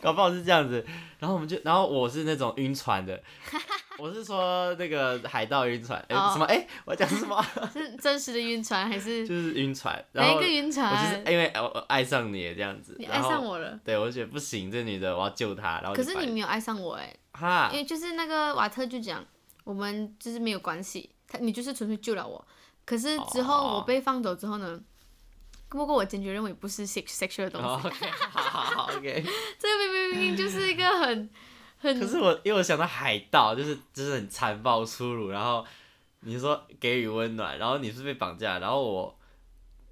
Speaker 3: 搞不好是这样子。然后我们就，然后我是那种晕船 的，我是说那个海盗晕船，哎、
Speaker 4: 哦
Speaker 3: 什么哎、我要讲什么？
Speaker 4: 是真实的晕船还是
Speaker 3: 就是晕船，然
Speaker 4: 哪一
Speaker 3: 后
Speaker 4: 个晕船？
Speaker 3: 我就是因为我我爱上你了这样子，
Speaker 4: 你
Speaker 3: 然
Speaker 4: 爱
Speaker 3: 后
Speaker 4: 上我了。
Speaker 3: 对，我就觉得不行，这女的我要救她，然后
Speaker 4: 可
Speaker 3: 就是把
Speaker 4: 你没有爱上我哎、
Speaker 3: 哈哦
Speaker 4: 因为就是那个瓦特就讲，我们就是没有关系，他你就是纯粹救了我。可是之后
Speaker 3: 哦
Speaker 4: 我被放走之后呢，不过我坚决认为不是 sex sexual 的东
Speaker 3: 哦
Speaker 4: 西，
Speaker 3: ，OK，好好好，OK。
Speaker 4: 这个明明明明就是一个很很
Speaker 3: 可是我因为我想到海盗，就是就是很残暴粗鲁，然后你说给予温暖，然后你是被绑架，然后我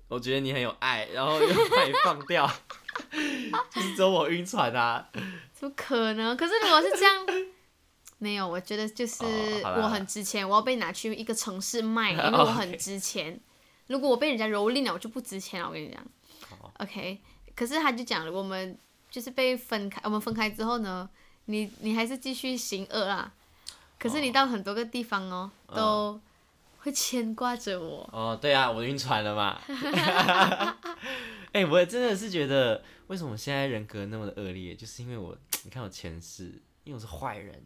Speaker 3: 我觉得你很有爱，然后又把你放掉， 就是只有我晕船啊。
Speaker 4: 怎么可能？可是如果是这样，没有，我觉得就是
Speaker 3: 哦好啦
Speaker 4: 我很值钱，我要被拿去一个城市卖，因为我 很值钱。如果我被人家蹂躏了，我就不值钱了。我跟你讲，OK。可是他就讲了，我们就是被分开，我们分开之后呢，你你还是继续行恶啦。可是你到很多个地方哦，
Speaker 3: 嗯
Speaker 4: 都会牵挂着我。
Speaker 3: 哦，对啊，我晕船了嘛。哎、我也真的是觉得，为什么我现在人格那么的恶劣，就是因为我，你看我前世，因为我是坏人，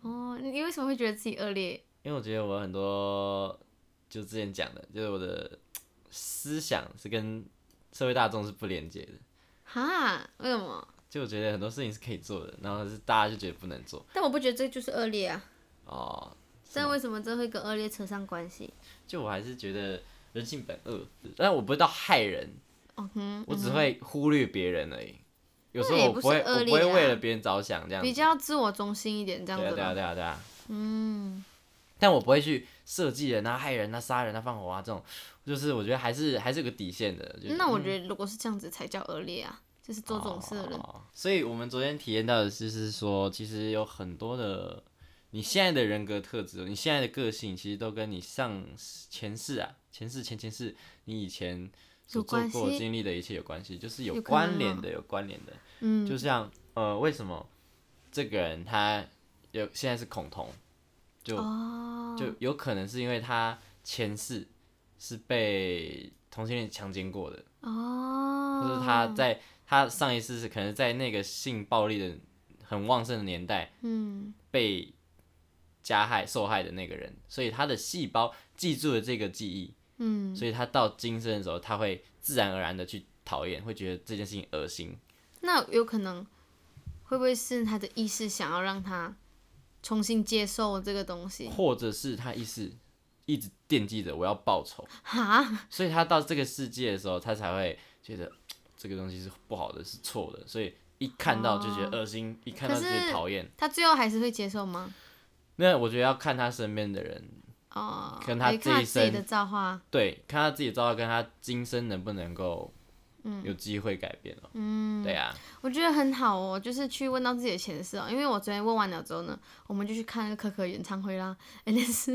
Speaker 4: 哦，你你为什么会觉得自己恶劣？
Speaker 3: 因为我觉得我很多，就之前讲的，就是我的思想是跟社会大众是不连接的，
Speaker 4: 哈？为什么？
Speaker 3: 就我觉得很多事情是可以做的，然后是大家就觉得不能做
Speaker 4: 但我不觉得这就是恶劣啊。
Speaker 3: 哦。
Speaker 4: 但为什么这会跟恶劣扯上关系？
Speaker 3: 就我还是觉得人性本恶，但我不会到害人，
Speaker 4: 嗯哼，
Speaker 3: 我只会忽略别人而已。有时候
Speaker 4: 那也
Speaker 3: 我
Speaker 4: 不
Speaker 3: 不会，
Speaker 4: 是恶
Speaker 3: 我
Speaker 4: 劣
Speaker 3: 不会
Speaker 4: 啊
Speaker 3: 为了别人着想这样子。
Speaker 4: 比较自我中心一点这样
Speaker 3: 对啊，
Speaker 4: 子
Speaker 3: 对啊，
Speaker 4: 吧。
Speaker 3: 对啊，对啊。
Speaker 4: 嗯，
Speaker 3: 但我不会去设计人啊、害人啊、杀人啊、放火啊这种，就是我觉得还是还是有个底线的。嗯就是
Speaker 4: 那我觉得如果是这样子才叫恶劣啊，就是做这种事的人。
Speaker 3: 哦所以我们昨天体验到的就是说，其实有很多的你现在的人格特质，你现在的个性，其实都跟你上前世啊、前世、前前世，你以前所做
Speaker 4: 有关
Speaker 3: 过、
Speaker 4: 系
Speaker 3: 经历的一切有关系，就是有
Speaker 4: 有可
Speaker 3: 关
Speaker 4: 能
Speaker 3: 联
Speaker 4: 哦
Speaker 3: 的，有关联的。
Speaker 4: 嗯，
Speaker 3: 就像呃，为什么这个人他有现在是恐同，就
Speaker 4: 哦，
Speaker 3: 就有可能是因为他前世是被同性恋强奸过的。
Speaker 4: 哦，
Speaker 3: 或是他在他上一次是可能在那个性暴力的很旺盛的年代
Speaker 4: 嗯
Speaker 3: 被加害受害的那个人，所以他的细胞记住了这个记忆，
Speaker 4: 嗯，
Speaker 3: 所以他到今生的时候，他会自然而然的去讨厌，会觉得这件事情恶心。
Speaker 4: 那有可能会不会是他的意识想要让他重新接受这个东西？
Speaker 3: 或者是他意识一直惦记着我要报仇，
Speaker 4: 哈，
Speaker 3: 所以他到这个世界的时候，他才会觉得嘖这个东西是不好的，是错的，所以一看到就觉得恶心，一看到就觉
Speaker 4: 哦可
Speaker 3: 得
Speaker 4: 是
Speaker 3: 讨厌。
Speaker 4: 他最后还是会接受吗？
Speaker 3: 那我觉得要看他身边的人
Speaker 4: 哦，
Speaker 3: 可能他
Speaker 4: 也看
Speaker 3: 这一
Speaker 4: 自己
Speaker 3: 生
Speaker 4: 的造化。
Speaker 3: 对，看他自己的造化跟他今生能不能够
Speaker 4: 嗯
Speaker 3: 有机会改变了。嗯，对啊，
Speaker 4: 我觉得很好哦，就是去问到自己的前世哦。因为我昨天问完了之后呢，我们就去看那个可可演唱会啦。哎，但 是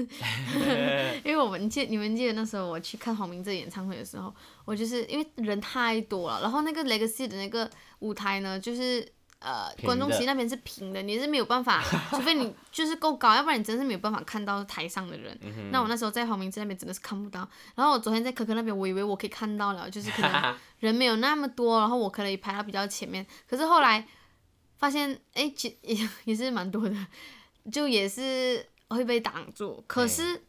Speaker 4: 因为我们记你们记得那时候我去看黄明志演唱会的时候，我就是因为人太多了，然后那个 Legacy 的那个舞台呢，就是。呃，
Speaker 3: 平的
Speaker 4: 观众席那边是平的，你是没有 办法，除非你就是够高，要不然你真是没有办法看到台上的人。
Speaker 3: 嗯
Speaker 4: 那我那时候在黄明志那边真的是看不到，然后我昨天在可可那边，我以为我可以看到了，就是可能 人没有那么多，然后我可以排到比较前面。可是后来发现，哎，其 也也是蛮多的，就也是会被挡住。可是，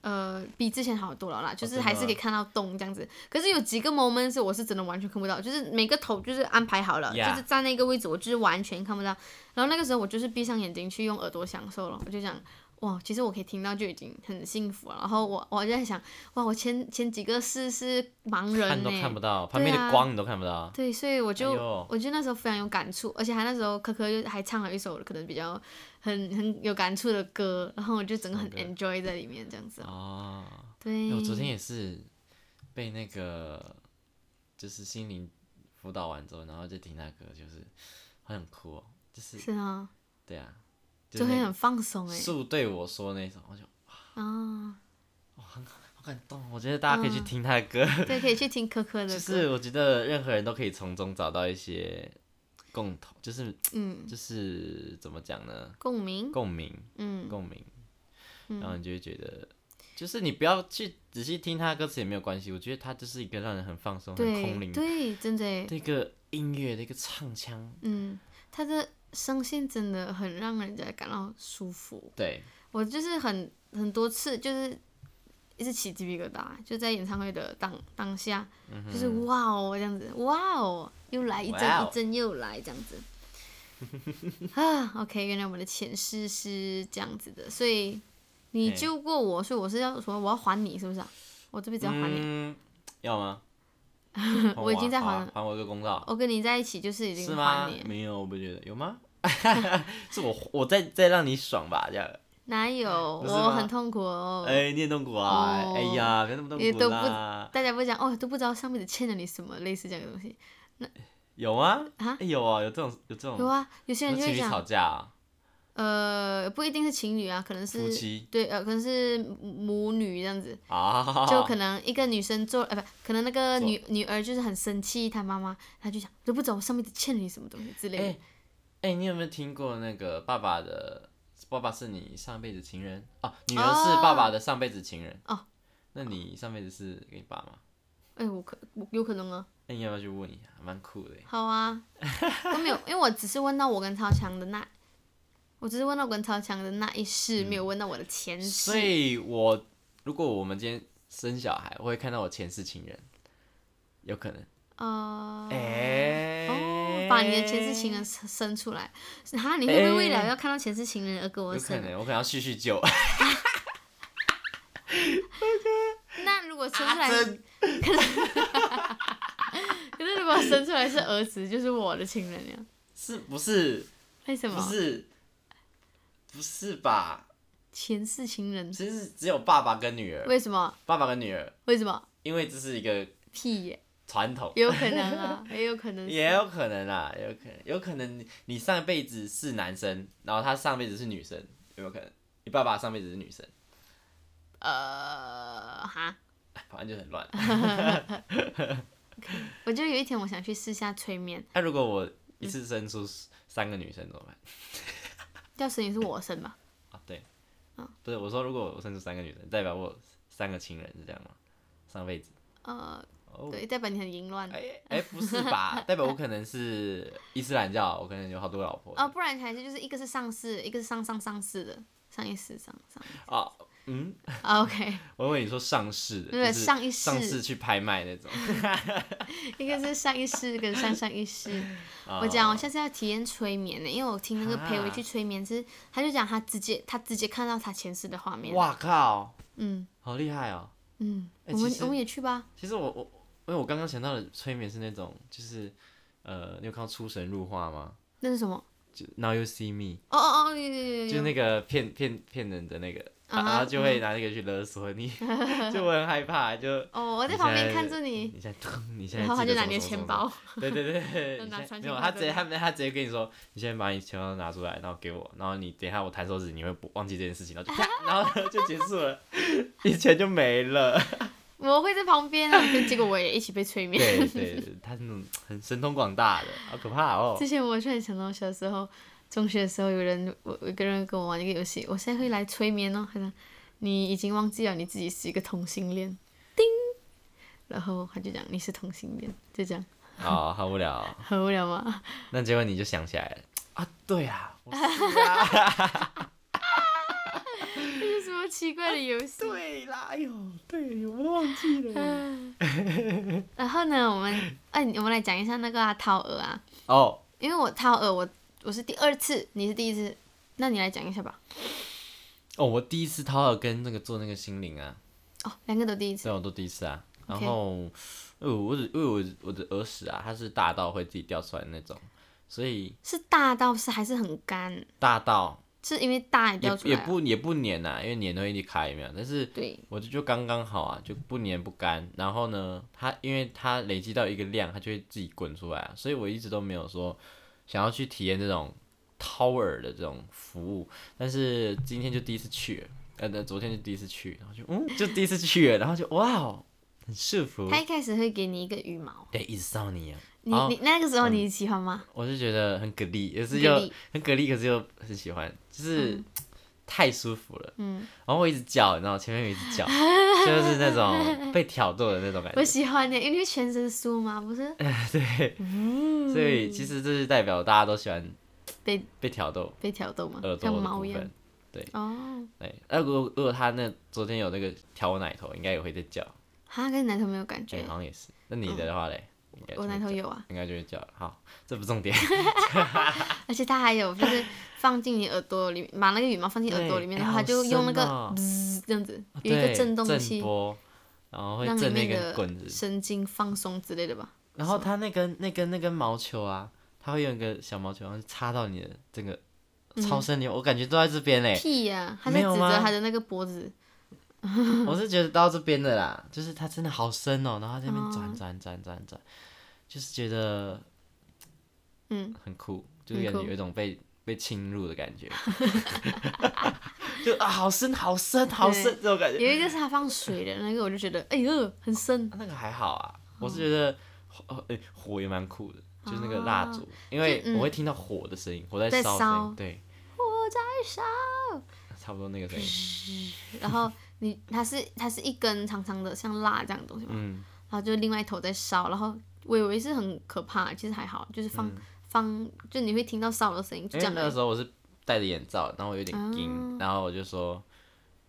Speaker 4: 呃，比之前好多了啦，就
Speaker 3: 哦真
Speaker 4: 是
Speaker 3: 的
Speaker 4: 还是
Speaker 3: 吗
Speaker 4: 可以看到洞这样子。可是有几个 moment 是我是真的完全看不到，就是每个头就是安排好了
Speaker 3: Yeah
Speaker 4: 就是站那个位置，我就是完全看不到。然后那个时候我就是闭上眼睛去用耳朵享受了，我就想。哇，其实我可以听到就已经很幸福了。然后我我在想，哇，我前前几个是是盲
Speaker 3: 看
Speaker 4: 人
Speaker 3: 都
Speaker 4: 呢、
Speaker 3: 看不到，旁边的光你都看不到。
Speaker 4: 对，所以我就、
Speaker 3: 哎呦
Speaker 4: 我就那时候非常有感触，而且他那时候可可又还唱了一首可能比较很很有感触的歌，然后我就整个很 enjoy 在里面这样子。
Speaker 3: 哦，哎
Speaker 4: 啊对，啊嗯
Speaker 3: 我昨天也是被那个就是心灵辅导完之后，然后就听那歌，就是好想哭哦，就是
Speaker 4: 是啊，
Speaker 3: 对啊，就
Speaker 4: 昨
Speaker 3: 是
Speaker 4: 天
Speaker 3: 那
Speaker 4: 很放松
Speaker 3: 个
Speaker 4: 哎、
Speaker 3: 树对我说那首，我就
Speaker 4: 啊，
Speaker 3: 好感动。我觉得大家可以去听他的歌，
Speaker 4: 嗯对，可以去听可可的歌，
Speaker 3: 就是我觉得任何人都可以从中找到一些共同，就是
Speaker 4: 嗯，
Speaker 3: 就是怎么讲呢？
Speaker 4: 共鸣，
Speaker 3: 共鸣，
Speaker 4: 嗯
Speaker 3: 共鸣，然后你就会觉得，就是你不要去仔细听他的歌词也没有关系，我觉得他就是一个让人很放松、很空
Speaker 4: 对
Speaker 3: 灵
Speaker 4: 对，真的哎、
Speaker 3: 的一个音乐的一个唱腔。
Speaker 4: 嗯，他的声线真的很让人家感到舒服。
Speaker 3: 对，
Speaker 4: 我就是很很多次就是一直起鸡皮疙瘩，就在演唱会的当当下，就是哇哦这样子，哇哦又来一针
Speaker 3: 嗯哇哦
Speaker 4: 一针又来这样 子。啊，OK，原来我们的前世是这样子的，所以你
Speaker 3: 嘿
Speaker 4: 救过我，所以我是要说我要还你，是不是啊？我这辈子要还你，
Speaker 3: 嗯，要吗？
Speaker 4: 我已经在还
Speaker 3: 还
Speaker 4: 了
Speaker 3: 我啊还我一个公道，
Speaker 4: 我跟你在一起就是已经
Speaker 3: 是
Speaker 4: 还
Speaker 3: 吗
Speaker 4: 你？了，
Speaker 3: 没有，我不觉得有 吗？ 是我我再再让你爽吧，这样。
Speaker 4: 哪有？
Speaker 3: 不是
Speaker 4: 我
Speaker 3: 吗
Speaker 4: 很痛苦哦。
Speaker 3: 哎，你也痛苦啊！
Speaker 4: 哦
Speaker 3: 哎呀，别那么痛
Speaker 4: 也
Speaker 3: 苦
Speaker 4: 都不
Speaker 3: 啦。
Speaker 4: 大家不会讲哦，都不知道上辈子欠了你什么，类似这样的东西。
Speaker 3: 有吗？
Speaker 4: 啊
Speaker 3: 哎有啊，有这种有这种。
Speaker 4: 有啊，有些
Speaker 3: 不
Speaker 4: 人
Speaker 3: 是情
Speaker 4: 就会
Speaker 3: 侣
Speaker 4: 讲，
Speaker 3: 吵架啊，
Speaker 4: 呃，不一定是情侣啊，可能
Speaker 3: 夫
Speaker 4: 是
Speaker 3: 妻
Speaker 4: 对，呃，可能是母女这样子，
Speaker 3: 啊，
Speaker 4: 就可能一个女生做，呃，不，可能那个
Speaker 3: 做
Speaker 4: 女女儿就是很生气，她妈妈，她就想都不知道我上辈子欠你什么东西之类
Speaker 3: 哎
Speaker 4: 的。
Speaker 3: 哎、你有没有听过那个爸爸的爸爸是你上辈子情人哦，女儿是爸爸的上辈子情人
Speaker 4: 哦。
Speaker 3: 那你上辈子是你爸吗？
Speaker 4: 哎、我可我有可能啊，
Speaker 3: 那你要不要去问一下？蛮酷的欸耶。
Speaker 4: 好啊，都没有，因为我只是问到我跟超强的那，我只是问到我跟超强的那一世，没有问到我的前世
Speaker 3: 所。以我如果我们今天生小孩，我会看到我前世情人，有可能。
Speaker 4: 呃，
Speaker 3: 哎、
Speaker 4: 哦，把你的前世情人生生出来，哈，你会不会为了要看到前世情人而跟我
Speaker 3: 有可
Speaker 4: 生？
Speaker 3: 能，我可能要叙叙旧。
Speaker 4: 那如果 生出
Speaker 3: 啊
Speaker 4: 来，可是 可是如果生出来是儿子，就是我的情人呀？
Speaker 3: 是不是？
Speaker 4: 为什
Speaker 3: 不
Speaker 4: 么？
Speaker 3: 是，不是吧？
Speaker 4: 前世情人？
Speaker 3: 其实只有爸爸跟女儿，
Speaker 4: 为什么？
Speaker 3: 爸爸跟女儿，
Speaker 4: 为什么？
Speaker 3: 因为这是一个
Speaker 4: 屁耶，
Speaker 3: 传统，
Speaker 4: 也有可能啊， 也有可能是
Speaker 3: 也有可能啦，也有可能，有可能你你上辈子是男生，然后他上辈子是女生，有没有可能？你爸爸上辈子是女生，
Speaker 4: 呃哈。
Speaker 3: 哎反正就很 乱。
Speaker 4: 我就有一天我想去试下催眠，
Speaker 3: 那如果我一次生出三个女生怎么办？
Speaker 4: 要生也是我生吧？
Speaker 3: 啊，对，
Speaker 4: 哦
Speaker 3: 不是我说，如果我生出三个女生，代表我有三个情人是这样吗？上辈子
Speaker 4: 呃，
Speaker 3: 哦，
Speaker 4: 对，代表你很淫乱
Speaker 3: 哎哎，不是 吧？代表我可能是伊斯兰教，我可能有好多老婆
Speaker 4: 啊，不然还是就是一个是上世，一个是上上上世的，上一世上上
Speaker 3: 啊。嗯，
Speaker 4: 啊 OK。
Speaker 3: 我以为你说上市的，
Speaker 4: 没有
Speaker 3: 就是
Speaker 4: 上一世
Speaker 3: 上市去拍卖那 种。
Speaker 4: 一个是上一世跟上上 一世。
Speaker 3: 啊哦
Speaker 4: 我讲，我下次要体验催眠呢，因为我听那个裴伟去催眠是，他就讲他直接他直接看到他前世的画面。
Speaker 3: 哇靠，
Speaker 4: 嗯
Speaker 3: 好厉害哦！
Speaker 4: 嗯，
Speaker 3: 哎
Speaker 4: 我们
Speaker 3: 其实
Speaker 4: 我们也去吧。
Speaker 3: 其实我我因为我刚刚想到的催眠是那种，就是呃，你有看到出神入化吗？
Speaker 4: 那是什么？
Speaker 3: 就 Now You See Me，
Speaker 4: 哦哦哦，有有有嗯
Speaker 3: 就是
Speaker 4: 有有。
Speaker 3: 那个骗骗骗人的那个，然后就会拿那个去勒索 你，就我很害怕，就
Speaker 4: 哦，我在旁边看着你，
Speaker 3: 你现在咚，你现在
Speaker 4: 然后他
Speaker 3: 记
Speaker 4: 就
Speaker 3: 得
Speaker 4: 拿
Speaker 3: 什么什
Speaker 4: 你的
Speaker 3: 么什
Speaker 4: 钱
Speaker 3: 么
Speaker 4: 包，
Speaker 3: 对对对对，
Speaker 4: 就
Speaker 3: 你
Speaker 4: 拿
Speaker 3: 现在
Speaker 4: 传
Speaker 3: 没有，
Speaker 4: 情筒
Speaker 3: 他
Speaker 4: 给
Speaker 3: 直接
Speaker 4: 你
Speaker 3: 他没他直接跟你说，你先把你钱包拿出来，然后给我，然后你等一下我弹手指，你会不忘记这件事情，然后就 啪，然后就结束了，你钱就没 了。
Speaker 4: 我会在旁边啊，可结果我也一起被催眠。
Speaker 3: 对对，对他是那种很神通广大的，好可怕哦
Speaker 4: 之。前我突然想到小时候，中学的时候有人，我有一个人跟我玩一个游戏，我现在会来催眠哦，他说你已经忘记了你自己是一个同性恋，叮，然后他就讲你是同性恋，就这样，
Speaker 3: 哦，好无聊哦、
Speaker 4: 很无聊吗？
Speaker 3: 那结果你就想起来了啊，对啊， 我是啊，
Speaker 4: 这是什么奇怪的游戏？
Speaker 3: 啊对啦，哎呦，对我都忘记了。
Speaker 4: 然后呢，我们，哎，我们来讲一下那个啊，掏耳啊，
Speaker 3: 哦，
Speaker 4: 因为我掏耳，我我是第二次，你是第一次，那你来讲一下吧。
Speaker 3: 哦，我第一次掏耳跟那个做那个心灵啊，
Speaker 4: 哦，两个都第一次
Speaker 3: 对，我都第一次啊。然
Speaker 4: OK
Speaker 3: 后，呃，我只因为我我的耳屎啊，它是大到会自己掉出来的那种，所以
Speaker 4: 是大到是还是很干，
Speaker 3: 大到
Speaker 4: 是因为大也
Speaker 3: 也
Speaker 4: 掉出来
Speaker 3: 也
Speaker 4: 啊
Speaker 3: 不也不粘呐、因为粘都会一开有没有？但是
Speaker 4: 对，
Speaker 3: 我就就刚刚好啊，就不粘不干。然后呢，它因为它累积到一个量，它就会自己滚出来啊，所以我一直都没有说想要去体验这种掏耳的这种服务。但是今天就第一次去了，呃，对昨天就第一次去，然后就嗯，就第一次去了，然后就哇哦，很舒服
Speaker 4: 他。一开始会给你一个羽毛，
Speaker 3: 对，一直骚你啊！
Speaker 4: 你、
Speaker 3: 哦
Speaker 4: 你那个时候你喜欢吗？
Speaker 3: 我就觉得很给力，也是
Speaker 4: 给
Speaker 3: 又
Speaker 4: 力
Speaker 3: 很给力，可是又很喜欢，就是、太舒服了。
Speaker 4: 嗯，
Speaker 3: 然后我一直叫，你知道吗，前面有一直 叫，就是那种被挑逗的那种感
Speaker 4: 我
Speaker 3: 觉。
Speaker 4: 喜欢的，因为全身酥嘛，不是
Speaker 3: 对，所以其实这是代表大家都喜欢
Speaker 4: 被
Speaker 3: 被挑逗
Speaker 4: 被挑逗嘛
Speaker 3: 耳，朵
Speaker 4: 像
Speaker 3: 的
Speaker 4: 猫
Speaker 3: 部
Speaker 4: 一样
Speaker 3: 分。。
Speaker 4: 哦，
Speaker 3: 对，那如果如果他那昨天有那个挑我奶头，应该也会在叫。
Speaker 4: 哈，跟男头没有感
Speaker 3: 哎、
Speaker 4: 觉
Speaker 3: 好，像也是。那你的话嘞？应该就
Speaker 4: 我
Speaker 3: 会
Speaker 4: 男头
Speaker 3: 叫，
Speaker 4: 有啊，
Speaker 3: 应该就会叫了。好，这不 重点。
Speaker 4: 而且他还 有就是放进你耳朵里，把那个羽毛放进耳朵里面，
Speaker 3: 对
Speaker 4: 然后他
Speaker 3: 哎
Speaker 4: 就
Speaker 3: 好
Speaker 4: 用那
Speaker 3: 深哦
Speaker 4: 个滋这样子，有一
Speaker 3: 对
Speaker 4: 个震动
Speaker 3: 震
Speaker 4: 器，
Speaker 3: 波，然后会
Speaker 4: 让里
Speaker 3: 震那
Speaker 4: 面
Speaker 3: 根棍
Speaker 4: 的
Speaker 3: 子。
Speaker 4: 神经放松之类的吧。
Speaker 3: 然后它那根那根那根毛球啊，它会用一个小毛球，然后插到你的这个超深里，我感觉都在这边嘞。
Speaker 4: 嗯屁呀、他在
Speaker 3: 哎没有
Speaker 4: 指
Speaker 3: 吗
Speaker 4: 着他的那个脖子，
Speaker 3: 我是觉得到这边的啦，就是它真的好深哦、然后它在那边转转转转转，就是觉得
Speaker 4: 嗯，
Speaker 3: 很酷，就是
Speaker 4: 很
Speaker 3: 感觉
Speaker 4: 酷
Speaker 3: 有一种被被侵入的感觉， 就 啊好深好深好深这种感觉。
Speaker 4: 有一个是他放水的那个，我就觉得哎呦很深，
Speaker 3: 那个还好啊，我是
Speaker 4: 嗯
Speaker 3: 觉得呃诶火也蛮酷的，就是那个蜡烛，因为我会听到火的声音，火在
Speaker 4: 哦嗯在
Speaker 3: 烧的声
Speaker 4: 烧
Speaker 3: 音，对，
Speaker 4: 我在烧。
Speaker 3: 差不多那个声音。
Speaker 4: 然后你它是它是一根长长的像蜡这样的东西嘛，
Speaker 3: 嗯，
Speaker 4: 然后就另外一头在烧，然后我以为是很可怕，其实还好，就是放、放就你会听到烧的声音，就
Speaker 3: 因
Speaker 4: 这
Speaker 3: 为嗯哎那
Speaker 4: 样
Speaker 3: 个
Speaker 4: 而已。
Speaker 3: 时候我是戴着眼罩，然后我有点惊、
Speaker 4: 啊
Speaker 3: 然后我就说，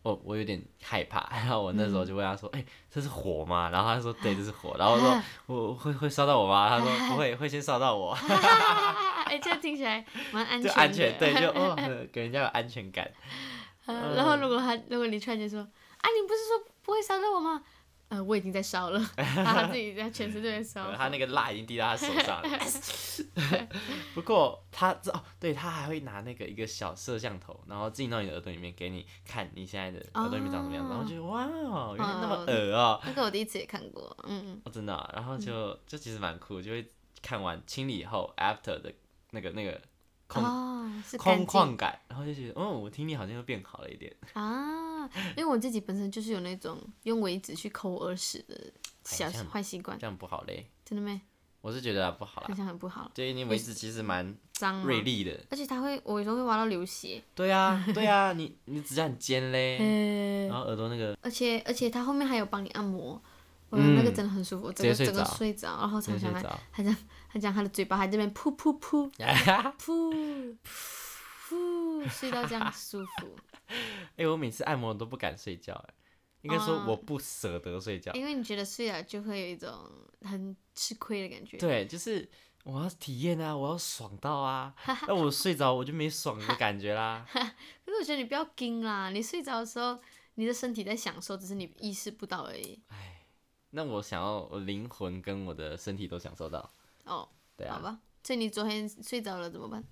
Speaker 3: 哦，我有点害怕， 然后我那
Speaker 4: 嗯
Speaker 3: 时候就问他说，哎、这是火吗？然后他说，对，这是火。然后我 说，我会会烧到我吗？他说不会，会先烧到我，
Speaker 4: 哎、这样听起来蛮安全
Speaker 3: 就
Speaker 4: 的。
Speaker 3: 安全，对，就哦， 呃给人家有安全感。嗯
Speaker 4: 呃然后如果他如果你突然间说，啊，你不是说不会烧到我吗？呃，我已经在 烧了，他自己在全身都在烧。
Speaker 3: 他那个蜡已经滴到他手上了。 不过他这哦，对他还会拿那个一个小摄像头，然后进到你的耳朵里面给你看你现在的耳朵里面长什么样子，
Speaker 4: 哦
Speaker 3: 然后就哇哦，原来那么
Speaker 4: 哦
Speaker 3: 恶哦，
Speaker 4: 那个我第一次也看过，嗯
Speaker 3: 哦真的啊、然后就就其实蛮酷，就会看完清理后 after 的那个那个
Speaker 4: 嗯，
Speaker 3: 空、
Speaker 4: 哦，是干
Speaker 3: 空
Speaker 4: 净
Speaker 3: 旷感，然后就觉得哦，我听力好像又变好了一点。
Speaker 4: 啊，因为我自己本身就是有那种用尾指去抠耳屎的小
Speaker 3: 这样
Speaker 4: 坏习惯，
Speaker 3: 这样不好嘞，
Speaker 4: 真的咩？
Speaker 3: 我是觉嗯得、啊、不好
Speaker 4: 好
Speaker 3: 啦。
Speaker 4: 像很不好，
Speaker 3: 对你为止其实蛮
Speaker 4: 脏嘛
Speaker 3: 锐利的，
Speaker 4: 而且它会，我有时候会挖到流血，
Speaker 3: 对啊，对啊，你你指甲很尖 嘞，
Speaker 4: 呃
Speaker 3: 然，后耳朵那个
Speaker 4: 而且而且它后面还有帮你按摩，哇，那个
Speaker 3: 嗯
Speaker 4: 真的很舒服，我整
Speaker 3: 接
Speaker 4: 个
Speaker 3: 睡
Speaker 4: 整个
Speaker 3: 着
Speaker 4: 睡着，然后常
Speaker 3: 直接
Speaker 4: 常
Speaker 3: 睡 着。
Speaker 4: 还 还讲还讲他的嘴巴还这边噗噗噗噗噗，睡到这样舒服，
Speaker 3: 哎、我每次按摩都不敢睡觉、哎，应该说我不舍得睡觉。
Speaker 4: 哦因为你觉得睡了就会有一种很吃亏的感觉，
Speaker 3: 对，就是我要体验啊，我要爽到 啊，那我睡着我就没爽的感觉啦。
Speaker 4: 可是我觉得你不要惊啦，你睡着的时候，你的身体在享受，只是你意识不到而已。
Speaker 3: 那我想要我灵魂跟我的身体都享受到，
Speaker 4: 哦，
Speaker 3: 对
Speaker 4: 好
Speaker 3: 啊，
Speaker 4: 吧。所以你昨天睡着了怎么办？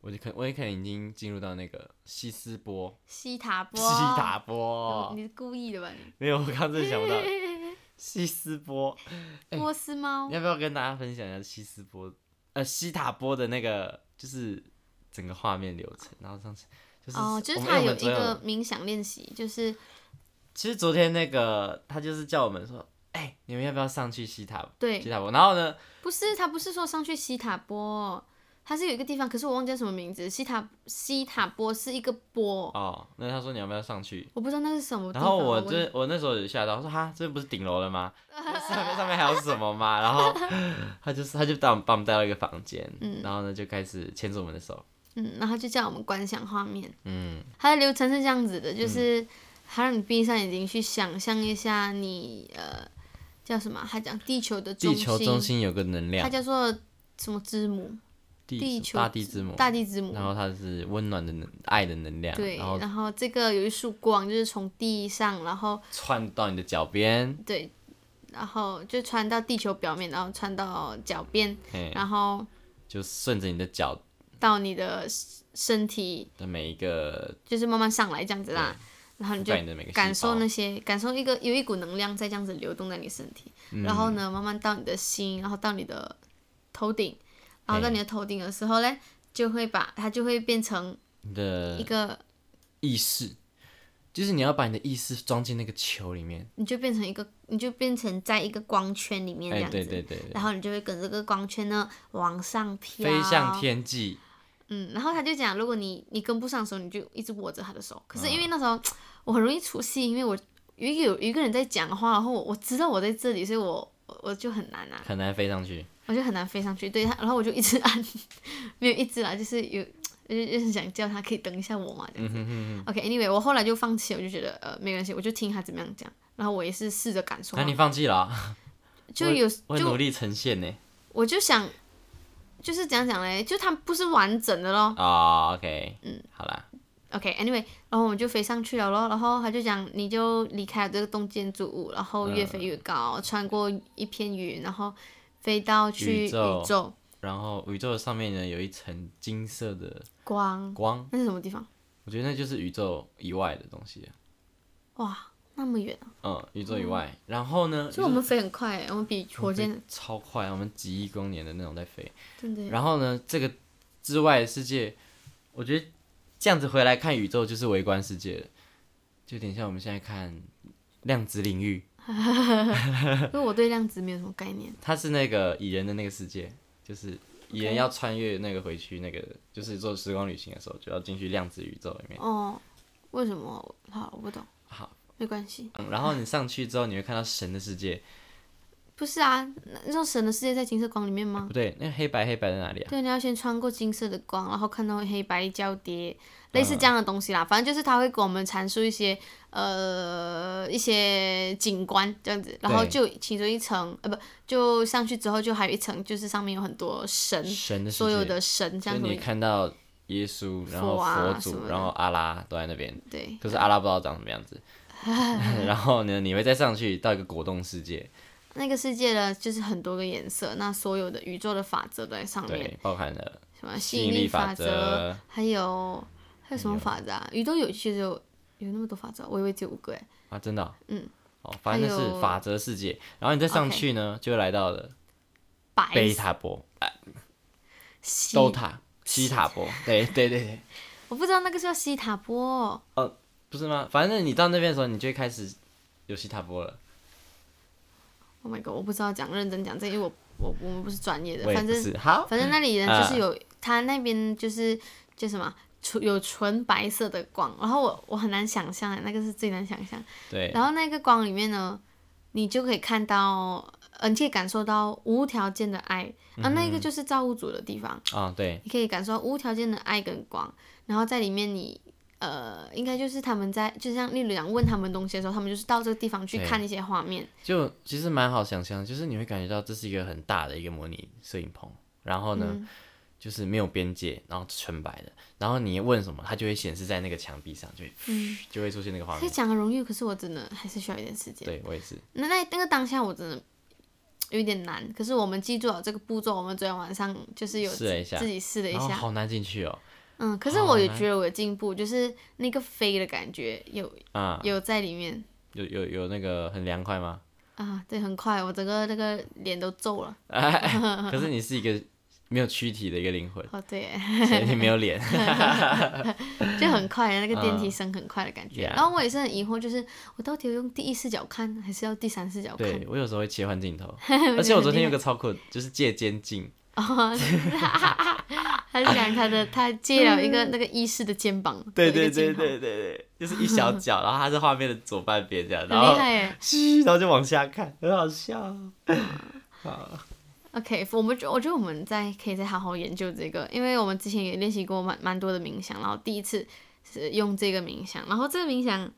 Speaker 3: 我就可我也可能已经进入到那个西斯波、
Speaker 4: 西塔波，
Speaker 3: 西塔
Speaker 4: 你
Speaker 3: 波，
Speaker 4: 你是故意的吧？你
Speaker 3: 没有，我刚真的想 不到西斯波。哎
Speaker 4: 波斯猫
Speaker 3: 你要不要跟大家分享一下西斯波呃西塔波的那个就是整个画面流程？然后上次就是
Speaker 4: 哦，就是
Speaker 3: 我们
Speaker 4: 它
Speaker 3: 因为我
Speaker 4: 有
Speaker 3: 们
Speaker 4: 一
Speaker 3: 昨天
Speaker 4: 个冥想练习，就是
Speaker 3: 其实昨天那个他就是叫我们说，哎、你们要不要上去西塔西
Speaker 4: 对，
Speaker 3: 塔波？然后呢，
Speaker 4: 不是它不是说上去西塔波，它是有一个地方，可是我忘记叫什么名字。西塔西塔波是一个波，
Speaker 3: 哦，那他说你要不要上去？
Speaker 4: 我不知道那是什么地
Speaker 3: 然
Speaker 4: 方。
Speaker 3: 后我
Speaker 4: 问
Speaker 3: 这我那时候有吓到，我说哈，这不是顶楼了吗？ 上面上面还有什么吗？然 后他就是他就带我们把我们带到一个房间，然后呢就开始牵着我们的手，
Speaker 4: 嗯，然后就叫我们观想画面。
Speaker 3: 嗯，
Speaker 4: 它的流程是这样子的，就是它让你闭上眼睛去想象一下你呃叫什么？它讲地球的
Speaker 3: 地球中
Speaker 4: 心
Speaker 3: 心有个能
Speaker 4: 它
Speaker 3: 量，
Speaker 4: 叫做什么之母？地
Speaker 3: 地
Speaker 4: 球
Speaker 3: 大地之母，
Speaker 4: 大地之母。
Speaker 3: 然后它是温暖的能爱的能量，
Speaker 4: 嗯对，
Speaker 3: 然后
Speaker 4: 然后这个有一束光，就是从地上，然后
Speaker 3: 窜到你的脚边，
Speaker 4: 对，然后就传到地球表面，然后传到脚边，
Speaker 3: 嘿，
Speaker 4: 然后
Speaker 3: 就顺着你的脚
Speaker 4: 到你的身体，
Speaker 3: 的每一个
Speaker 4: 就是慢慢上来这样子啦。然后你就
Speaker 3: 在你的每个细
Speaker 4: 感受
Speaker 3: 胞
Speaker 4: 那些，感受一个有一股能量在这样子流动在你身体，
Speaker 3: 嗯
Speaker 4: 然后呢，慢慢到你的心，然后到你的头顶，然后到你的头顶的时候嘞，就会把它就会变成
Speaker 3: 你的
Speaker 4: 一个，
Speaker 3: 意识，就是你要把你的意识装进那个球里面，
Speaker 4: 你就变成一个，你就变成在一个光圈里面这
Speaker 3: 哎，
Speaker 4: 样子，
Speaker 3: 对对对，对
Speaker 4: 然后你就会跟这个光圈呢往上飘，
Speaker 3: 飞向。天际，
Speaker 4: 嗯，然后他就讲，如果你你跟不上的时候，你就一直握着他的手。可是
Speaker 3: 嗯
Speaker 4: 因为那时候、我很容易出戏，因为我有一个有一个人在讲话，然后我我知道我在这里，所以我我我就很难啊。
Speaker 3: 很难飞上去，
Speaker 4: 我就很难飞上去，对他，然后我就一直按， 没有一直啦，就是有，我就就是想叫他可以等一下我嘛，这
Speaker 3: 嗯
Speaker 4: 样子。OK，anyway，、我后来就放弃了，我就觉得呃没关系，我就听他怎么样讲，然后我也是试着感受
Speaker 3: 那
Speaker 4: 嘛，
Speaker 3: 你放弃了啊，
Speaker 4: 就有
Speaker 3: 我很努
Speaker 4: 就
Speaker 3: 力呈现呢，
Speaker 4: 我就想，就是讲讲嘞，就他不是完整的咯。
Speaker 3: 啊，OK，嗯，好啦，
Speaker 4: OK，anyway，、然后我们就飞上去了咯，然后他就讲你就离开了这个栋建筑物，然后越飞越高，穿过一片云，然后飞到去
Speaker 3: 宇宙
Speaker 4: 宇宙
Speaker 3: 然后宇宙的上面呢有一层金色的
Speaker 4: 光，
Speaker 3: 光，
Speaker 4: 那是什么地方？
Speaker 3: 我觉得那就是宇宙以外的东西啊，
Speaker 4: 哇，那么远啊！
Speaker 3: 嗯，宇宙以外，然后呢，
Speaker 4: 哦所以我们飞很快欸，我们比火
Speaker 3: 飞
Speaker 4: 箭
Speaker 3: 超快，我们几亿光年的那种在飞。
Speaker 4: 真的
Speaker 3: 然后呢，这个之外的世界，我觉得这样子回来看宇宙就是微观世界了，就有点像我们现在看量子领域，
Speaker 4: 耶，因为我对量子没有什么概念。
Speaker 3: 它是那个蚁人的那个世界，就是蚁人要穿越那个回去那个，就是做时光旅行的时候就要进去量子宇宙里面。
Speaker 4: 哦，为什么？好，我不懂。
Speaker 3: 好，
Speaker 4: 没关系。
Speaker 3: 嗯然后你上去之后，你会看到神的世界，
Speaker 4: 不是啊，那那种神的世界在金色光里面吗
Speaker 3: 不？对，那个黑白黑白在哪里啊？
Speaker 4: 对，你要先穿过金色的光，然后看到黑白交叠，类似这样的东西啦。反正就是他会给我们阐述一些呃一些景观这样子，然后
Speaker 3: 对
Speaker 4: 就其中一层呃不，就上去之后就还有一层，就是上面有很多神，
Speaker 3: 神的世界，
Speaker 4: 所有的神这
Speaker 3: 所以
Speaker 4: 样
Speaker 3: 你
Speaker 4: 子。
Speaker 3: 看到耶稣，然后
Speaker 4: 佛啊
Speaker 3: 佛
Speaker 4: 什么
Speaker 3: 祖，
Speaker 4: 的
Speaker 3: 然后阿拉都在那边。
Speaker 4: 对，
Speaker 3: 可是阿拉不知道长什么样子。 然后呢，你会再上去到一个果冻世界，
Speaker 4: 那个世界呢，就是很多个颜色，那所有的宇宙的法则都在上面，
Speaker 3: 对，包含了
Speaker 4: 什么
Speaker 3: 吸
Speaker 4: 吸引
Speaker 3: 引力
Speaker 4: 力
Speaker 3: 法
Speaker 4: 法
Speaker 3: 则
Speaker 4: 则，还有还有什么法则啊？宇宙有其实有有那么多法则，我以为只有五个哎。
Speaker 3: 啊，真的、
Speaker 4: 嗯，
Speaker 3: 哦，反正
Speaker 4: 还
Speaker 3: 是
Speaker 4: 有
Speaker 3: 法则世界。然后你再上去呢，就来到了
Speaker 4: 白
Speaker 3: 贝塔波、啊
Speaker 4: 西，
Speaker 3: 豆塔、西塔波，对对对对，
Speaker 4: 我不知道那个叫西塔波，
Speaker 3: 不是吗？反正你到那边的时候，你就会开始有西塔波了。
Speaker 4: Oh my god！我不知道讲认真讲这，因为我我我们不是专业的，
Speaker 3: 我也
Speaker 4: 反
Speaker 3: 不
Speaker 4: 正
Speaker 3: 是，好，
Speaker 4: 反正那里人
Speaker 3: 啊
Speaker 4: 就是有、他那边就是叫什么纯有纯白色的光，然后我我很难想象，那个是最难想象。
Speaker 3: 对，
Speaker 4: 然后那个光里面呢，你就可以看到，呃，你可以感受到无条件的爱，
Speaker 3: 嗯
Speaker 4: 啊，那个就是造物主的地方，
Speaker 3: 啊、对，
Speaker 4: 你可以感受到无条件的爱跟光，然后在里面你。呃，应该就是他们在，就像例如讲问他们东西的时候，他们就是到这个地方去
Speaker 3: 对
Speaker 4: 看一些画面，
Speaker 3: 就其实蛮好想象的，就是你会感觉到这是一个很大的一个模拟摄影棚，然后呢，
Speaker 4: 嗯
Speaker 3: 就是没有边界，然后纯白的，然后你问什么，它就会显示在那个墙壁上，就会、就会出现那个画
Speaker 4: 嗯可以
Speaker 3: 面。
Speaker 4: 讲的容易，可是我真的还是需要一点时间。
Speaker 3: 对我也是，
Speaker 4: 那那那个当下我真的有点难，可是我们记住了这个步骤，我们昨天晚上就是有
Speaker 3: 试了一下
Speaker 4: 自己试了一
Speaker 3: 然后
Speaker 4: 下，
Speaker 3: 好难进去哦，
Speaker 4: 嗯，可是
Speaker 3: 好
Speaker 4: 我也
Speaker 3: 来
Speaker 4: 觉得我有进步，就是那个飞的感觉有
Speaker 3: 啊，
Speaker 4: 有在里面
Speaker 3: 有有有那个很凉快吗？
Speaker 4: 啊，对，很快，我整个那个脸都皱了。嗯
Speaker 3: 哎可是你是一个没有躯体的一个灵 魂，
Speaker 4: 哦，对，
Speaker 3: 所以你没有 脸。
Speaker 4: 就很快，那个电梯升很快的感觉。
Speaker 3: 嗯 Yeah
Speaker 4: 然后我也是很疑惑，就是我到底要用第一视角看，还是要第三视角看？啊
Speaker 3: 对我有时候会切换镜 头，而且我昨天有个超酷的，就是借肩镜，
Speaker 4: 哦，他是讲他的，他借了一个那个医师的肩膀，
Speaker 3: 对
Speaker 4: 有一
Speaker 3: 对
Speaker 4: 个
Speaker 3: 对
Speaker 4: 镜头
Speaker 3: 对对对，就是一 小角，然后它是画面的左半边这样，然
Speaker 4: 很厉
Speaker 3: 后
Speaker 4: 害耶。
Speaker 3: 嘘，然后就往下看，很好笑。
Speaker 4: OK，我们我觉得我们再可以再好好研究这个，因为我们之前也练习过蛮蛮多的冥想，然后第一次是用这个冥想，然后这个冥想，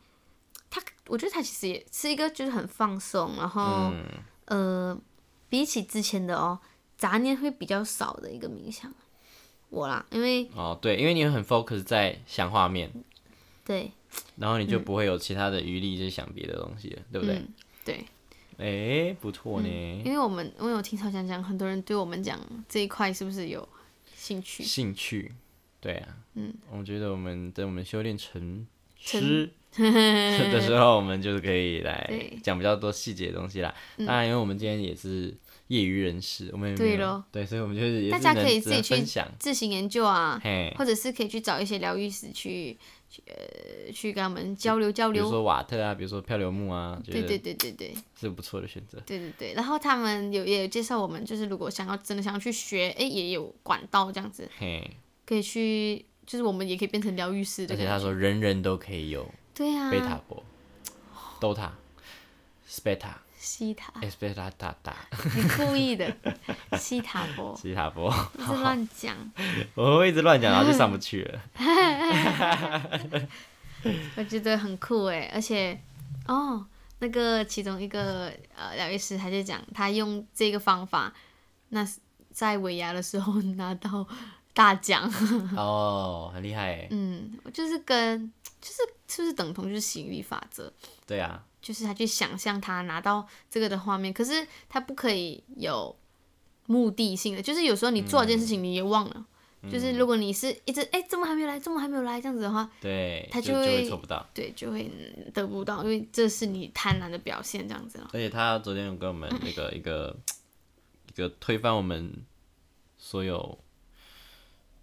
Speaker 4: 它我觉得它其实也是一个就是很放松，然后、
Speaker 3: 嗯，
Speaker 4: 呃，比起之前的哦，杂念会比较少的一个冥想，我啦，因为
Speaker 3: 哦对，因为你很 focus 在想画面，
Speaker 4: 对
Speaker 3: 然后你就不会有其他的余力去想别的东西了，对不对？
Speaker 4: 嗯对，嗯
Speaker 3: 哎，不错呢
Speaker 4: 因，为我们因为我听曹讲讲，很多人对我们讲这一块是不是有兴趣？
Speaker 3: 兴趣，对啊，
Speaker 4: 嗯，
Speaker 3: 我觉得我们等我们修炼成
Speaker 4: 成
Speaker 3: 师的时候，我们就可以来
Speaker 4: 对嗯
Speaker 3: 讲比较多细节的东西啦。当然，因为我们今天也是业余人士，我们也没
Speaker 4: 对
Speaker 3: 有
Speaker 4: 咯，
Speaker 3: 对，所以我们就是也是
Speaker 4: 大家可以
Speaker 3: 能
Speaker 4: 自己
Speaker 3: 只能分
Speaker 4: 去
Speaker 3: 享，
Speaker 4: 自行研究啊，
Speaker 3: 嘿，
Speaker 4: 或者是可以去找一些疗愈师去去呃去跟他们交流交
Speaker 3: 比如
Speaker 4: 流。
Speaker 3: 说瓦特啊，比如说漂流木啊，觉
Speaker 4: 对对
Speaker 3: 得
Speaker 4: 对对对
Speaker 3: 是不错的选择。
Speaker 4: 对对对，然后他们有也有介绍我们，就是如果想要真的想要去学，哎，也有管道这样子，
Speaker 3: 嘿，
Speaker 4: 可以去，就是我们也可以变成疗愈师的
Speaker 3: 而
Speaker 4: 感觉。
Speaker 3: 且他说人人都可以有
Speaker 4: 对啊，
Speaker 3: 贝塔波、豆塔、斯贝塔、
Speaker 4: 西塔，
Speaker 3: 诶斯贝塔塔塔、
Speaker 4: 你故意的，西塔 波，
Speaker 3: 西塔波，
Speaker 4: 一直乱讲。
Speaker 3: 我会一直乱讲，然后就上不去了。
Speaker 4: 我觉得很酷哎，而且哦，那个其中一个呃疗愈师他就讲，他用这个方法，那是在尾牙的时候拿到大奖，
Speaker 3: 哦，很厉害诶，
Speaker 4: 嗯，就是跟就是是不是等同就是吸引力法则，
Speaker 3: 对啊，
Speaker 4: 就是他去想象他拿到这个的画面，可是他不可以有目的性的，就是有时候你做一件事情你也忘了，就是如果你是一直哎、怎么还没有来，怎么还没有来这样子的话，
Speaker 3: 对，
Speaker 4: 他
Speaker 3: 就
Speaker 4: 就
Speaker 3: 会
Speaker 4: 会
Speaker 3: 抽不到。
Speaker 4: 对，就会嗯得不到，因为这是你贪婪的表现，这样子了。
Speaker 3: 而且他昨天有跟我们那个一个一个推翻我们所有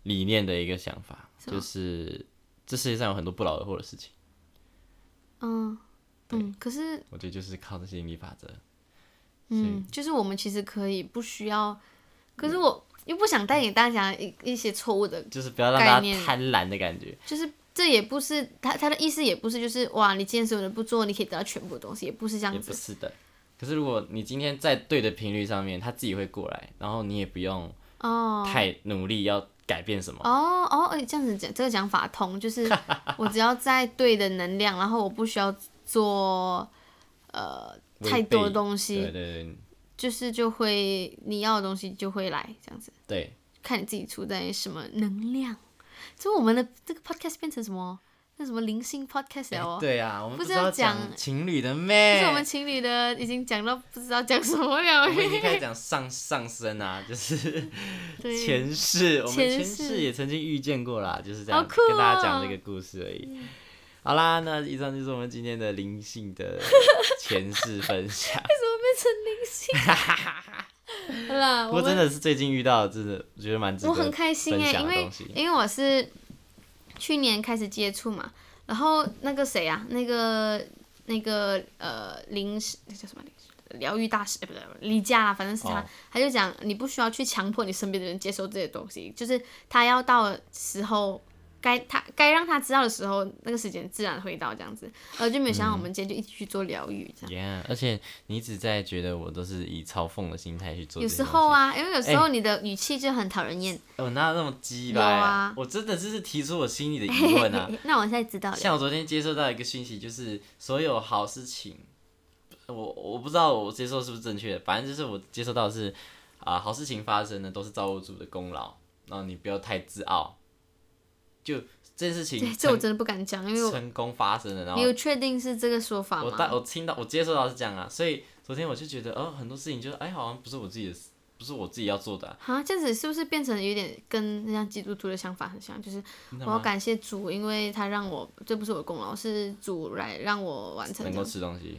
Speaker 3: 理念的一个想法，就是这世界上有很多不劳而获的事情，
Speaker 4: 嗯嗯，可是
Speaker 3: 我觉得就是靠这吸引力法则。
Speaker 4: 嗯，就是我们其实可以不需要，可是我又不想带给大家一一些错误的，
Speaker 3: 就是不要让大
Speaker 4: 概念
Speaker 3: 家贪婪的感觉，
Speaker 4: 就是这也不是他他的意思，也不是就是哇，你今天所有的不做，你可以得到全部的东西，也不是这
Speaker 3: 也
Speaker 4: 样
Speaker 3: 不
Speaker 4: 子。
Speaker 3: 是的。可是如果你今天在对的频率上面，他自己会过来，然后你也不用
Speaker 4: 哦
Speaker 3: 太努力要改变什么。
Speaker 4: 哦哦，哎，这样子讲这个讲法通，就是我只要在对的能量，然后我不需要做呃
Speaker 3: 违
Speaker 4: 太多
Speaker 3: 背
Speaker 4: 东西，
Speaker 3: 对对对
Speaker 4: 就是就会你要的东西就会来，这样子
Speaker 3: 对，
Speaker 4: 看你自己处在什么能量。这我们的这个 podcast 变成什么？那什么灵性 podcast 了哦。
Speaker 3: 哎对啊，我们
Speaker 4: 不
Speaker 3: 不
Speaker 4: 知
Speaker 3: 是
Speaker 4: 道
Speaker 3: 要
Speaker 4: 讲
Speaker 3: 讲情侣的
Speaker 4: 就
Speaker 3: 咩？
Speaker 4: 是我们情侣的已经讲到不知道讲什么了
Speaker 3: 我，们已经开始讲上上升啊，就是
Speaker 4: 对，
Speaker 3: 前世，我们
Speaker 4: 前
Speaker 3: 前
Speaker 4: 世
Speaker 3: 世也曾经遇见过啦，就是这
Speaker 4: 好
Speaker 3: 样、
Speaker 4: 酷
Speaker 3: 跟大家讲
Speaker 4: 哦嗯
Speaker 3: 这个故事而已。好啦，那以上就是我们今天的灵性 的前世分享。
Speaker 4: 怎么变成 灵性？好啦，
Speaker 3: 不过
Speaker 4: 我
Speaker 3: 真
Speaker 4: 们
Speaker 3: 的是最近遇到，真的我觉得蛮值得
Speaker 4: 我很开心
Speaker 3: 分
Speaker 4: 哎，
Speaker 3: 享
Speaker 4: 因
Speaker 3: 的
Speaker 4: 为
Speaker 3: 东西。
Speaker 4: 因为我是去年开始接触嘛，然后那个谁啊，那个那个呃临时那叫什么临时疗愈大师，呃不是离家啦，反正是他，
Speaker 3: 哦
Speaker 4: 他就讲你不需要去强迫你身边的人接受这些东西，就是他要到的时候。该他该让他知道的时候，那个时间自然会到这样子，然后就没有
Speaker 3: 嗯
Speaker 4: 想到我们今天就一起去做疗愈，这样、
Speaker 3: Yeah，而且你一直在觉得我都是以嘲讽的心态去做。
Speaker 4: 有时候，啊，因为有
Speaker 3: 哎
Speaker 4: 时候你的语气就很讨人厌。
Speaker 3: 我哪哦有那么鸡巴
Speaker 4: 有啊
Speaker 3: 呀？我真的就是提出我心里的疑问 啊。
Speaker 4: 那我现在知道了。
Speaker 3: 像我昨天接收到一个讯息，就是所有好事情，我我不知道我接受是不是正确的，反正就是我接收到的是啊、好事情发生的都是造物主的功劳，然后你不要太自傲，就这件事情
Speaker 4: 对，这我
Speaker 3: 成
Speaker 4: 真的不敢讲，因为我
Speaker 3: 成功发生了，然后
Speaker 4: 你有确定是这个说法
Speaker 3: 我
Speaker 4: 吗？
Speaker 3: 啊大我听到我接受到是这样啊，所以昨天我就觉得哦，很多事情就是哎，好像不是我自己的，不不是我自己要做的、啊，
Speaker 4: 啊，这样子是不是变成有点跟那像基督徒的想法很像？就是
Speaker 3: 真的
Speaker 4: 我要
Speaker 3: 吗？
Speaker 4: 感谢主，因为他让我，这不是我的功劳，是主来让我完成
Speaker 3: 能
Speaker 4: 这
Speaker 3: 够
Speaker 4: 样，
Speaker 3: 吃东西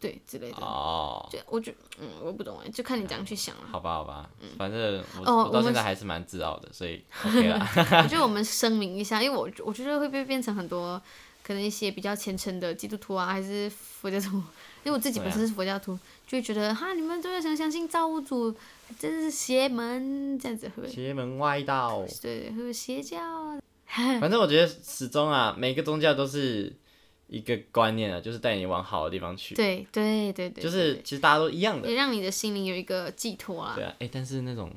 Speaker 4: 对之类的。
Speaker 3: 哦。
Speaker 4: 就我觉，嗯，我不懂哎，就看你怎样去想了。
Speaker 3: 好吧，好吧，反正我、
Speaker 4: 哦
Speaker 3: 我到
Speaker 4: 我们
Speaker 3: 现在还是蛮自傲的，所以 OK 啦。
Speaker 4: 我觉得我们声明一下，因为我我觉得会不会变成很多可能一些比较虔诚的基督徒啊，还是佛教徒，因为我自己
Speaker 3: 对啊
Speaker 4: 本身是佛教徒，就会觉得哈，你们都要想相信造物主，真是邪门这样子，会不会？
Speaker 3: 邪门歪 道，
Speaker 4: 对对，会不会邪教啊？
Speaker 3: 反正我觉得始终啊，每个宗教都是一个观念啊，就是带你往好的地方去，
Speaker 4: 对对对对，
Speaker 3: 就是其实大家都一样
Speaker 4: 也
Speaker 3: 的，
Speaker 4: 让你的心灵有一个寄托啦
Speaker 3: 对。啊。哎、但是那种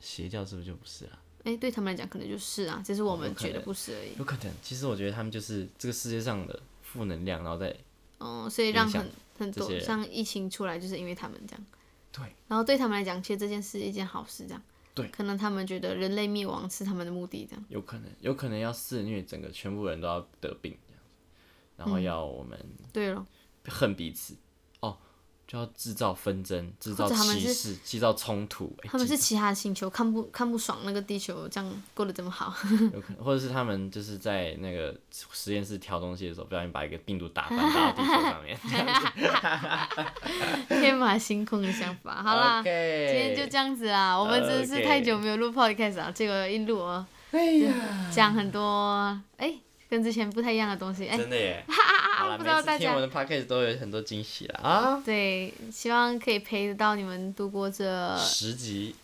Speaker 3: 邪教是不是就不是啊？
Speaker 4: 哎，对他们来讲可能就是啊，只是我
Speaker 3: 有
Speaker 4: 们
Speaker 3: 可能
Speaker 4: 觉得不是而已。
Speaker 3: 有可能，其实我觉得他们就是这个世界上的负能量，然后再
Speaker 4: 哦，所以
Speaker 3: 影
Speaker 4: 让
Speaker 3: 响
Speaker 4: 很很
Speaker 3: 这
Speaker 4: 多
Speaker 3: 些人
Speaker 4: 像疫情出来，就是因为他们这样。
Speaker 3: 对。
Speaker 4: 然后对他们来讲，其实这件事一件好事，这样。
Speaker 3: 对
Speaker 4: 可能他们觉得人类灭亡是他们的目的，这样。
Speaker 3: 有可能，有可能要肆虐整个全部人都要得病这样子，然
Speaker 4: 嗯
Speaker 3: 后要我们
Speaker 4: 对咯，
Speaker 3: 恨彼此、哦，就要制造纷争、制造
Speaker 4: 或者他们
Speaker 3: 歧
Speaker 4: 是
Speaker 3: 视、制造冲突，哎
Speaker 4: 他们是其他星球看不看不爽那个地球这样过得这么好，
Speaker 3: 有可能，或者是他们就是在那个实验室调东西的时候，不小心把一个病毒打 翻到地球上面。
Speaker 4: 天马行空的想法。 好啦
Speaker 3: OK
Speaker 4: 今天就这样子啦。我们真的是
Speaker 3: 呃 OK
Speaker 4: 太久没有录 podcast 了，这个一录哦，
Speaker 3: 哎呀，
Speaker 4: 讲很多哎、跟之前不太一样的东西哎。
Speaker 3: 真的 耶！好啦
Speaker 4: 不知道
Speaker 3: 每
Speaker 4: 大
Speaker 3: 次听
Speaker 4: 家
Speaker 3: 我们的 podcast 都有很多惊喜啦啊！
Speaker 4: 对，希望可以陪得到你们度过这
Speaker 3: 十集，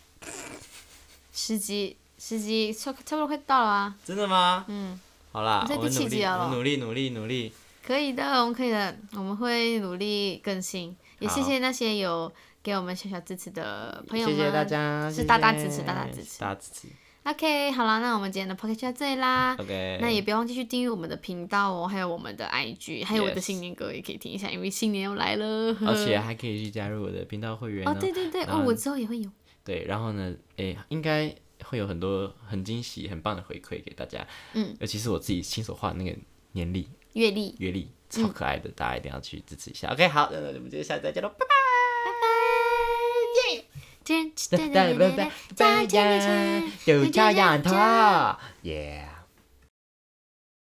Speaker 4: 十集，十集差不差不多快到了啊，
Speaker 3: 真的吗？
Speaker 4: 嗯，
Speaker 3: 好啦，
Speaker 4: 这
Speaker 3: 我
Speaker 4: 第
Speaker 3: 们
Speaker 4: 七
Speaker 3: 努
Speaker 4: 集
Speaker 3: 力，
Speaker 4: 了
Speaker 3: 我们努力，努力，努力。
Speaker 4: 可以的，我们可以的，我们会努力更新，也谢谢那些有给我们小小支持的朋友们，
Speaker 3: 谢谢大。家，
Speaker 4: 是
Speaker 3: 谢谢
Speaker 4: 大大支持大大支持
Speaker 3: 大支持。
Speaker 4: OK，好啦，那我们今天的 p o c k e t 就到这里啦。
Speaker 3: OK，
Speaker 4: 那也不要忘记去订阅我们的频道哦，还有我们的 IG，还有我的
Speaker 3: Yes
Speaker 4: 新年歌也可以听一下，因为新年又来了。
Speaker 3: 而且还可以去加入我的频道会员
Speaker 4: 哦，
Speaker 3: 哦
Speaker 4: 对对对，
Speaker 3: 然后
Speaker 4: 哦，我之后也会有。
Speaker 3: 对，然后呢，诶，应该会有很多很惊喜、很棒的回馈给大家。
Speaker 4: 嗯，
Speaker 3: 尤其是我自己亲手画的那个年历、
Speaker 4: 阅历，
Speaker 3: 月历，超可爱的，大家一定要去支持一下。OK，好，那我们就下次再见喽，拜拜。
Speaker 4: 噔噔噔噔噔噔
Speaker 3: 大家有照样头，耶。